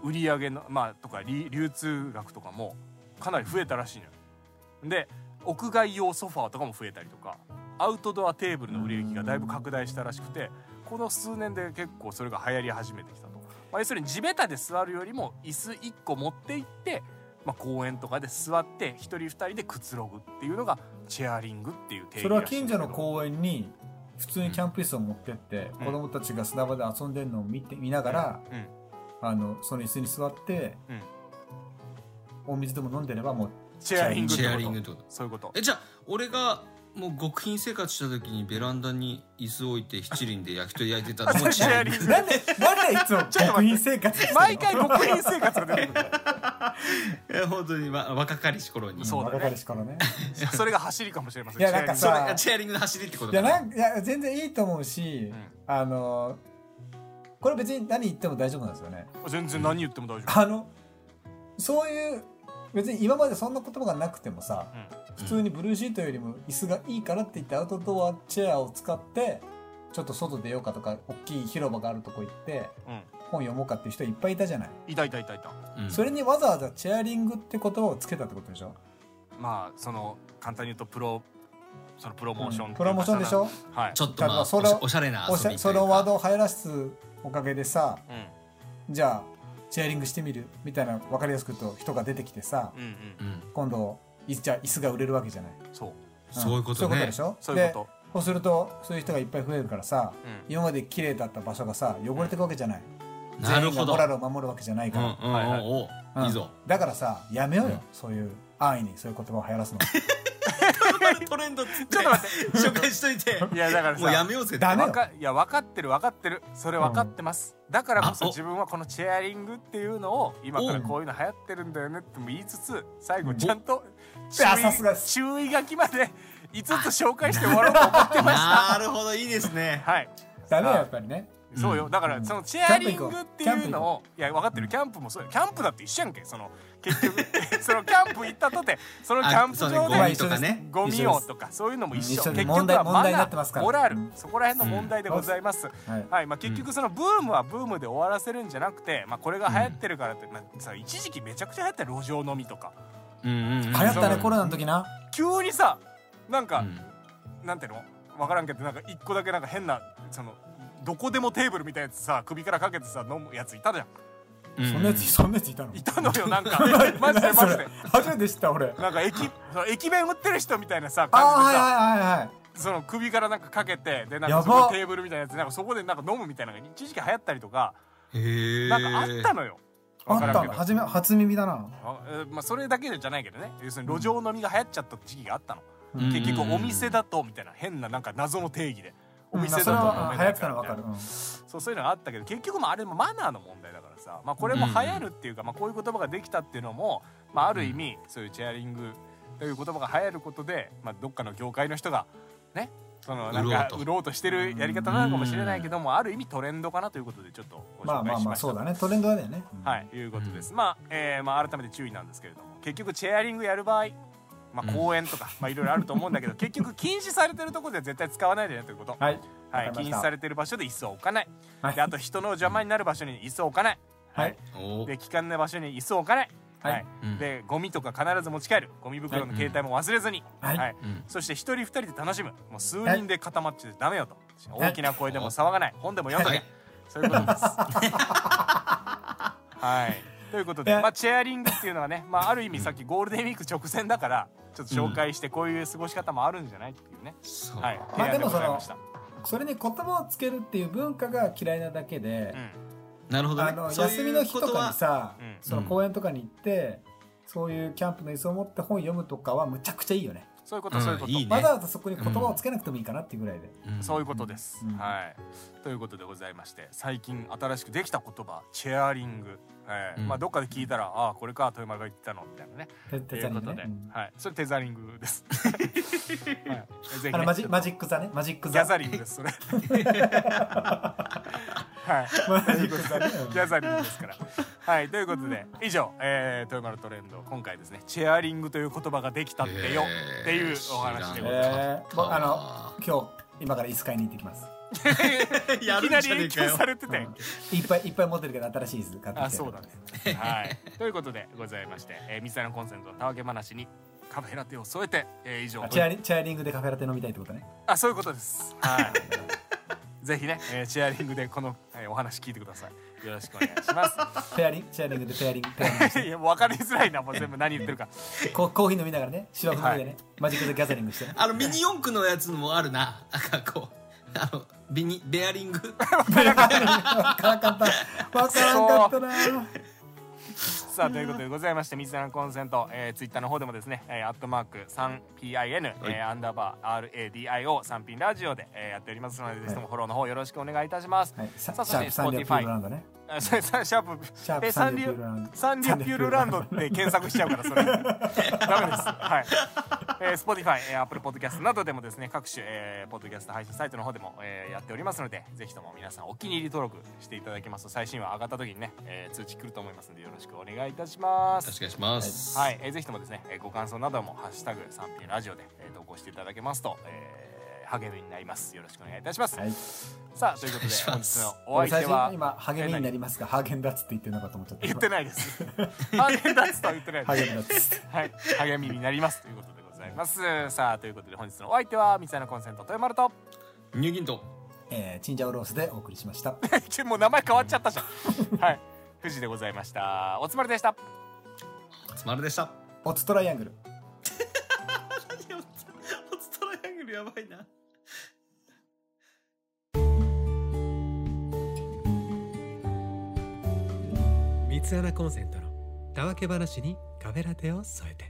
Speaker 2: 売り上げのまあとかり流通額とかもかなり増えたらしいのよ。で屋外用ソファーとかも増えたりとかアウトドアテーブルの売れ行きがだいぶ拡大したらしくてこの数年で結構それが流行り始めてきたと。まあ、要するに地べたで座るよりも椅子1個持って行って、まあ、公園とかで座って1人2人でくつろぐっていうのがチェアリングっていう定義
Speaker 1: それは
Speaker 2: らしいん
Speaker 1: 近
Speaker 2: だけ
Speaker 1: 所
Speaker 2: ど
Speaker 1: の公園に普通にキャンプ椅子を持ってって、子供たちが砂場で遊んでるのを見て見ながら、
Speaker 2: うん
Speaker 1: あのその椅子に座って、
Speaker 2: うん
Speaker 1: お水でも飲んでればもう
Speaker 2: チェアリングっ
Speaker 3: シ
Speaker 2: て
Speaker 3: ェア
Speaker 2: こ
Speaker 3: リン
Speaker 2: と
Speaker 3: グってこと
Speaker 2: そういうこと
Speaker 3: えじゃあ俺がもう極貧生活した時にベランダに椅子置いて七輪で焼き鳥焼いてたのも
Speaker 2: チェアリング
Speaker 1: なんでなんでいつ も極貧生活してるの
Speaker 2: 毎回極貧生活が出てくる
Speaker 3: いや本当に、わ若かりし頃に
Speaker 2: そうだね
Speaker 1: 若かりしからね
Speaker 2: それが走りかもしれません
Speaker 1: いやなんか
Speaker 2: チ
Speaker 1: さ
Speaker 2: ェ
Speaker 3: それがチェアリングの走りってこと
Speaker 1: い
Speaker 3: だ
Speaker 1: や
Speaker 3: ね
Speaker 1: なんいや全然いいと思うし、あのこれ別に何言っても大丈夫なんですよね
Speaker 2: アリング全然何言っても大丈
Speaker 1: あのそういう別に今までそんな言葉がなくてもさ、普通にブルーシートよりも椅子がいいからって言ってアウトドアチェアを使ってちょっと外出ようかとか大きい広場があるとこ行って
Speaker 2: 夫うん
Speaker 1: 本読もうかっていう人いっぱいいたじゃない、
Speaker 2: いたいたいたいた
Speaker 3: うん
Speaker 1: それにわざわざチェアリングって言葉をつけたってことでしょ
Speaker 2: まあその簡単に言うとプロそのプロモーション、
Speaker 1: プロモーションでしょ
Speaker 2: はい
Speaker 3: ちょっとま
Speaker 1: だ
Speaker 3: あ
Speaker 1: か
Speaker 3: お
Speaker 1: らそ
Speaker 3: し
Speaker 1: れを
Speaker 3: おしゃれな
Speaker 1: お
Speaker 3: 遊
Speaker 1: し
Speaker 3: び
Speaker 1: ゃそのワードを流行らすおかげでさ
Speaker 2: うん
Speaker 1: じゃあチェアリングしてみるみたいな分かりやすく言うと人が出てきてさ
Speaker 2: うん
Speaker 3: う
Speaker 2: うん
Speaker 3: ん
Speaker 1: 今度いじゃあ椅子が売れるわけじゃない、
Speaker 2: そう
Speaker 3: そういうこ
Speaker 1: そうい
Speaker 3: とね
Speaker 1: うことでしょ
Speaker 2: そういうこ
Speaker 1: でそうするとそういう人がいっぱい増えるからさ、
Speaker 2: うん
Speaker 1: 今まで綺麗だった場所がさ汚れていくわけじゃない、
Speaker 3: なる
Speaker 1: 全
Speaker 3: ほど
Speaker 1: 員がモラルを守るわけじゃない
Speaker 3: うん
Speaker 1: か
Speaker 3: うん
Speaker 1: ら、
Speaker 3: うん
Speaker 2: はいはい
Speaker 3: お
Speaker 1: うん
Speaker 3: いいぞ
Speaker 1: だからさやめようよ、
Speaker 3: うん
Speaker 1: そういう安易にそういう言葉を流行 らすの
Speaker 3: トレンドちょっ
Speaker 2: と待
Speaker 3: って 紹介しと いて
Speaker 2: といやだからさ
Speaker 3: もうやめようぜって
Speaker 1: ダメ
Speaker 2: わかいや分かってる分かってるそれ分かってます、だからこそ
Speaker 3: あお
Speaker 2: 自分はこのチェアリングっていうのを今から
Speaker 3: お
Speaker 2: こういうの流行ってるんだよねっても言いつつ最後ちゃんと注
Speaker 1: やさすがで
Speaker 2: 意
Speaker 1: す
Speaker 2: 注意書きまで5つ紹介して終わろうと思ってました
Speaker 3: なるほどいいですね
Speaker 2: はい
Speaker 1: ダメよやっぱりね
Speaker 2: そうよ、
Speaker 3: う
Speaker 2: だからそのチェアリングっていうのをいや分かってるキャンプもそうよキャンプだって一緒やんけその結局 そのキャンプ行ったとてそのキャンプ
Speaker 3: あそうね
Speaker 2: 場
Speaker 3: ゴミ
Speaker 2: で
Speaker 3: とかね
Speaker 2: ゴミ
Speaker 1: 一緒
Speaker 2: を
Speaker 1: です
Speaker 2: とかそういうのも一緒
Speaker 1: 一緒で
Speaker 2: 結
Speaker 1: 問
Speaker 2: 局
Speaker 1: 題
Speaker 2: は
Speaker 1: 問
Speaker 2: マ
Speaker 1: 題にな
Speaker 2: ナ
Speaker 1: ってますか
Speaker 2: ー
Speaker 1: ら
Speaker 2: モラル
Speaker 1: うん
Speaker 2: そこら辺の問題でございます、
Speaker 1: はい
Speaker 2: はいまあ、結局そのブームはブームで終わらせるんじゃなくて、まあ、これが流行ってるからって、まあ、さ一時期めちゃくちゃ流行った路上飲みとか
Speaker 3: うんうんう
Speaker 1: 流行
Speaker 3: ん
Speaker 1: ったね
Speaker 2: うん
Speaker 1: コロナの時な
Speaker 2: 急にさなん
Speaker 3: う
Speaker 2: か、
Speaker 3: ん
Speaker 2: なんていうの分からんけどなんか一個だけなんか変なそのどこでもテーブルみたいなやつさ首からかけてさ飲むやついたじゃん
Speaker 3: うん
Speaker 1: そんなやつそんなやついたの
Speaker 2: いたのよな んかマジでマジで
Speaker 1: 初めて知った俺
Speaker 2: なんか駅その駅弁売ってる人みたいなさ
Speaker 1: あ
Speaker 2: 感じでさ
Speaker 1: はいはいはいはい
Speaker 2: その首からなんかかけてでなん
Speaker 1: やば
Speaker 2: かそこにテーブルみたいなやつなんかそこでなんか飲むみたいなのが一時期流行ったりとか
Speaker 3: へえ
Speaker 2: なんかあったのよ
Speaker 1: あ
Speaker 2: わ
Speaker 1: っ
Speaker 2: から
Speaker 1: た
Speaker 2: んけ
Speaker 1: の
Speaker 2: ど
Speaker 1: 初め初耳だな
Speaker 2: あえーまあそれだけじゃないけどね要するに路上飲みが流行っちゃった時期があったの、
Speaker 1: うん
Speaker 2: 結局お店だとみたいな変ななんか謎の定義でお
Speaker 1: うんまあ
Speaker 2: 店だ
Speaker 1: そ
Speaker 2: と
Speaker 1: れ
Speaker 2: 飲
Speaker 1: は流
Speaker 2: めな
Speaker 1: 行
Speaker 2: い
Speaker 1: ってた
Speaker 2: から
Speaker 1: の
Speaker 2: み
Speaker 1: 分
Speaker 2: たい
Speaker 1: か
Speaker 2: な
Speaker 1: るうん
Speaker 2: そうそういうのがあったけど結局もあれもマナーの問題だからさ、まあ、これも流行るっていうか、まあ、こういう言葉ができたっていうのも、まあ、ある意味そういうチェアリングという言葉が流行ることで、まあ、どっかの業界の人がねそのなんか
Speaker 3: 売ろうと
Speaker 2: 売ろうとしてるやり方なのかもしれないけどもある意味トレンドかなということでちょっとご
Speaker 1: まあま
Speaker 2: 紹介
Speaker 1: あ
Speaker 2: し
Speaker 1: ま
Speaker 2: ま
Speaker 1: あ
Speaker 2: した
Speaker 1: そうだねトレンドだよねうん
Speaker 2: はいいうことです、まあ、えーまあ、改めて注意なんですけれども結局チェアリングやる場合、まあ、公園とか、 まあ、いろいろあると思うんだけど結局禁止されてるところでは絶対使わないでねということ、
Speaker 1: はい
Speaker 2: はい
Speaker 1: わか
Speaker 2: 禁
Speaker 1: りました
Speaker 2: 止されてる場所で椅子を置かない、
Speaker 1: はい
Speaker 2: であと人の邪魔になる場所に椅子を置かない、
Speaker 1: はい
Speaker 3: お
Speaker 2: で危険な場所に椅子を置かない、
Speaker 1: はい
Speaker 3: うん
Speaker 2: でゴミとか必ず持ち帰るゴミ袋の携帯も忘れずに、
Speaker 1: はい
Speaker 3: うん
Speaker 2: そして一人二人で楽しむもう数人で固まっちゃダメよと
Speaker 1: はい
Speaker 2: 大きな声でも騒がない本でも読んどけ、
Speaker 3: はい
Speaker 2: そういうこと ですはいということで、
Speaker 1: ね
Speaker 2: まあ、チェアリングっていうのはね、まあ、ある意味さっきゴールデンウィーク直前だからちょっと紹介してこういう過ごし方もあるんじゃないっていうね、
Speaker 3: そう
Speaker 2: はい
Speaker 1: まあ
Speaker 2: 提案でござい
Speaker 1: でも
Speaker 2: まし
Speaker 1: そ
Speaker 2: た
Speaker 1: のそれに言葉をつけるっていう文化が嫌いなだけで、
Speaker 3: なるほど
Speaker 1: あ
Speaker 3: ね
Speaker 1: の
Speaker 3: そう
Speaker 1: 休
Speaker 3: い
Speaker 1: み
Speaker 3: う
Speaker 1: の日と
Speaker 3: こと
Speaker 1: か
Speaker 3: は
Speaker 1: にさ、
Speaker 2: うん
Speaker 1: その公園とかに行って、そういうキャンプの椅子を持って本読むとかはむちゃくちゃいいよね
Speaker 2: そういうことそういうこと、
Speaker 3: うんいいね
Speaker 1: わざわざそこに言葉をつけなくてもいいかなっていうぐらいで、
Speaker 3: うん
Speaker 2: そういうことです、
Speaker 1: うん
Speaker 2: はい。ということでございまして最近新しくできた言葉チェアリング、えー
Speaker 3: うん
Speaker 2: まあ、どっかで聞いたらああこれか豊山が言ってたのみたいなね。
Speaker 1: 手
Speaker 2: と
Speaker 1: 手
Speaker 2: い
Speaker 1: 伝
Speaker 2: う
Speaker 1: い
Speaker 2: こ
Speaker 1: に
Speaker 2: とで、
Speaker 1: ね、うん
Speaker 2: はい、それテザリング です。はい、ぜひ、
Speaker 1: あの
Speaker 2: ね、
Speaker 1: マジマジック座ねマジック
Speaker 2: ギ
Speaker 1: 座
Speaker 2: ャザリングです それ。はい、
Speaker 1: マジック座ね
Speaker 2: ギャザリングですから。はいということで以上、えー、豊丸トレンド今回ですねチェアリングという言葉ができたってよ
Speaker 3: へー
Speaker 2: っていうお話で
Speaker 1: え
Speaker 2: ございます。
Speaker 1: ー、僕あの今日今から椅子買いに行ってきます、
Speaker 3: や
Speaker 2: い
Speaker 3: る
Speaker 2: き
Speaker 3: ん
Speaker 2: な
Speaker 3: じ
Speaker 2: り
Speaker 3: ゃね
Speaker 2: 影
Speaker 3: えか
Speaker 2: 響
Speaker 3: よ
Speaker 2: されて
Speaker 1: うん
Speaker 2: て。
Speaker 1: いっぱいいっぱい持ってるけど新しい椅子買ってきて
Speaker 2: あそうだね。はい。ということでございまして、えー、水谷コンセントのたわけ話にカフェラテを添えて、えー以上
Speaker 1: あチェアリチェアリングでカフェラテ飲みたいってことね
Speaker 2: あそういうことです。はい。ぜひね、えーチェアリングでこの、えーお話聞いてください。よろしくお願いしま
Speaker 1: ペアリンチェアリングでペアリングペアリングし
Speaker 2: す。いやもう分かりづらいなもう全部何言ってるか。
Speaker 1: てココーヒー飲みながらね芝生の上でね、
Speaker 2: は
Speaker 1: マジック座ギャザリングして
Speaker 3: あのミニ四駆のやつもあるななんかこうあのビニベアリン グ
Speaker 1: わからんかった。わからんかったな。
Speaker 2: さあということでございまして水棚コンセント、えー、ツイッターの方でもですね、えー、アットマーク 3PIN、
Speaker 3: はい
Speaker 2: えーアンダーバー RADIO 三品ラジオで、えー、やっておりますので、ぜひともフォローの方よろしくお願いいたします、
Speaker 1: はい、シャ
Speaker 2: さあ
Speaker 1: シャ
Speaker 2: そ
Speaker 1: ープサンリオピ
Speaker 2: して
Speaker 1: ューロランドね。
Speaker 2: あそれさシャープ
Speaker 1: シャー
Speaker 2: え
Speaker 1: プ
Speaker 2: サ
Speaker 1: サ
Speaker 2: ン
Speaker 1: ン
Speaker 2: リ
Speaker 1: リオ
Speaker 2: オ
Speaker 1: ピューロランド。
Speaker 2: サンリオピュールランドって検索しちゃうからそ れダメですはい、えー、Spotify、えー、Apple Podcast などでもですね各種、えー、ポッドキャスト配信サイトの方でも、えー、やっておりますのでぜひとも皆さんお気に入り登録していただきますと最新話上がった時にね、えー、通知来ると思いますのでよろしくお願いいたします
Speaker 3: 確かにします、
Speaker 2: はい、えー、ぜひともですね、えー、ご感想などもハッシュタグ三品ラジオで、えー、投稿していただけますと、えー、励みになりますよろしくお願いいたします、
Speaker 1: はい。
Speaker 2: さあということで
Speaker 3: お願
Speaker 2: 本
Speaker 3: いしま
Speaker 2: 日
Speaker 3: す
Speaker 2: のお相
Speaker 1: 最
Speaker 2: 手は
Speaker 1: 初今ハゲメになりますが、ハーゲンダッツって言ってるのかと思っちゃった。
Speaker 2: 言ってない です。ハーゲンダッツとは言ってない
Speaker 1: ハー
Speaker 2: で
Speaker 1: ゲン
Speaker 2: す。
Speaker 1: ダッツ。
Speaker 2: はい、励みになりますということでございます。さあということで本日のお相手は三井のコンセント豊丸と。
Speaker 3: ニューギント
Speaker 1: えー、チンジャオロースでお送りしま した。
Speaker 2: もう名前変わっちゃった じゃん。はい、富士でございました。おつまりでした。
Speaker 3: つまるでした
Speaker 1: オツトライアングル。
Speaker 3: おつとらヤングルやばいな
Speaker 4: 三つ穴コンセントのたわけ話にカフェラテを添えて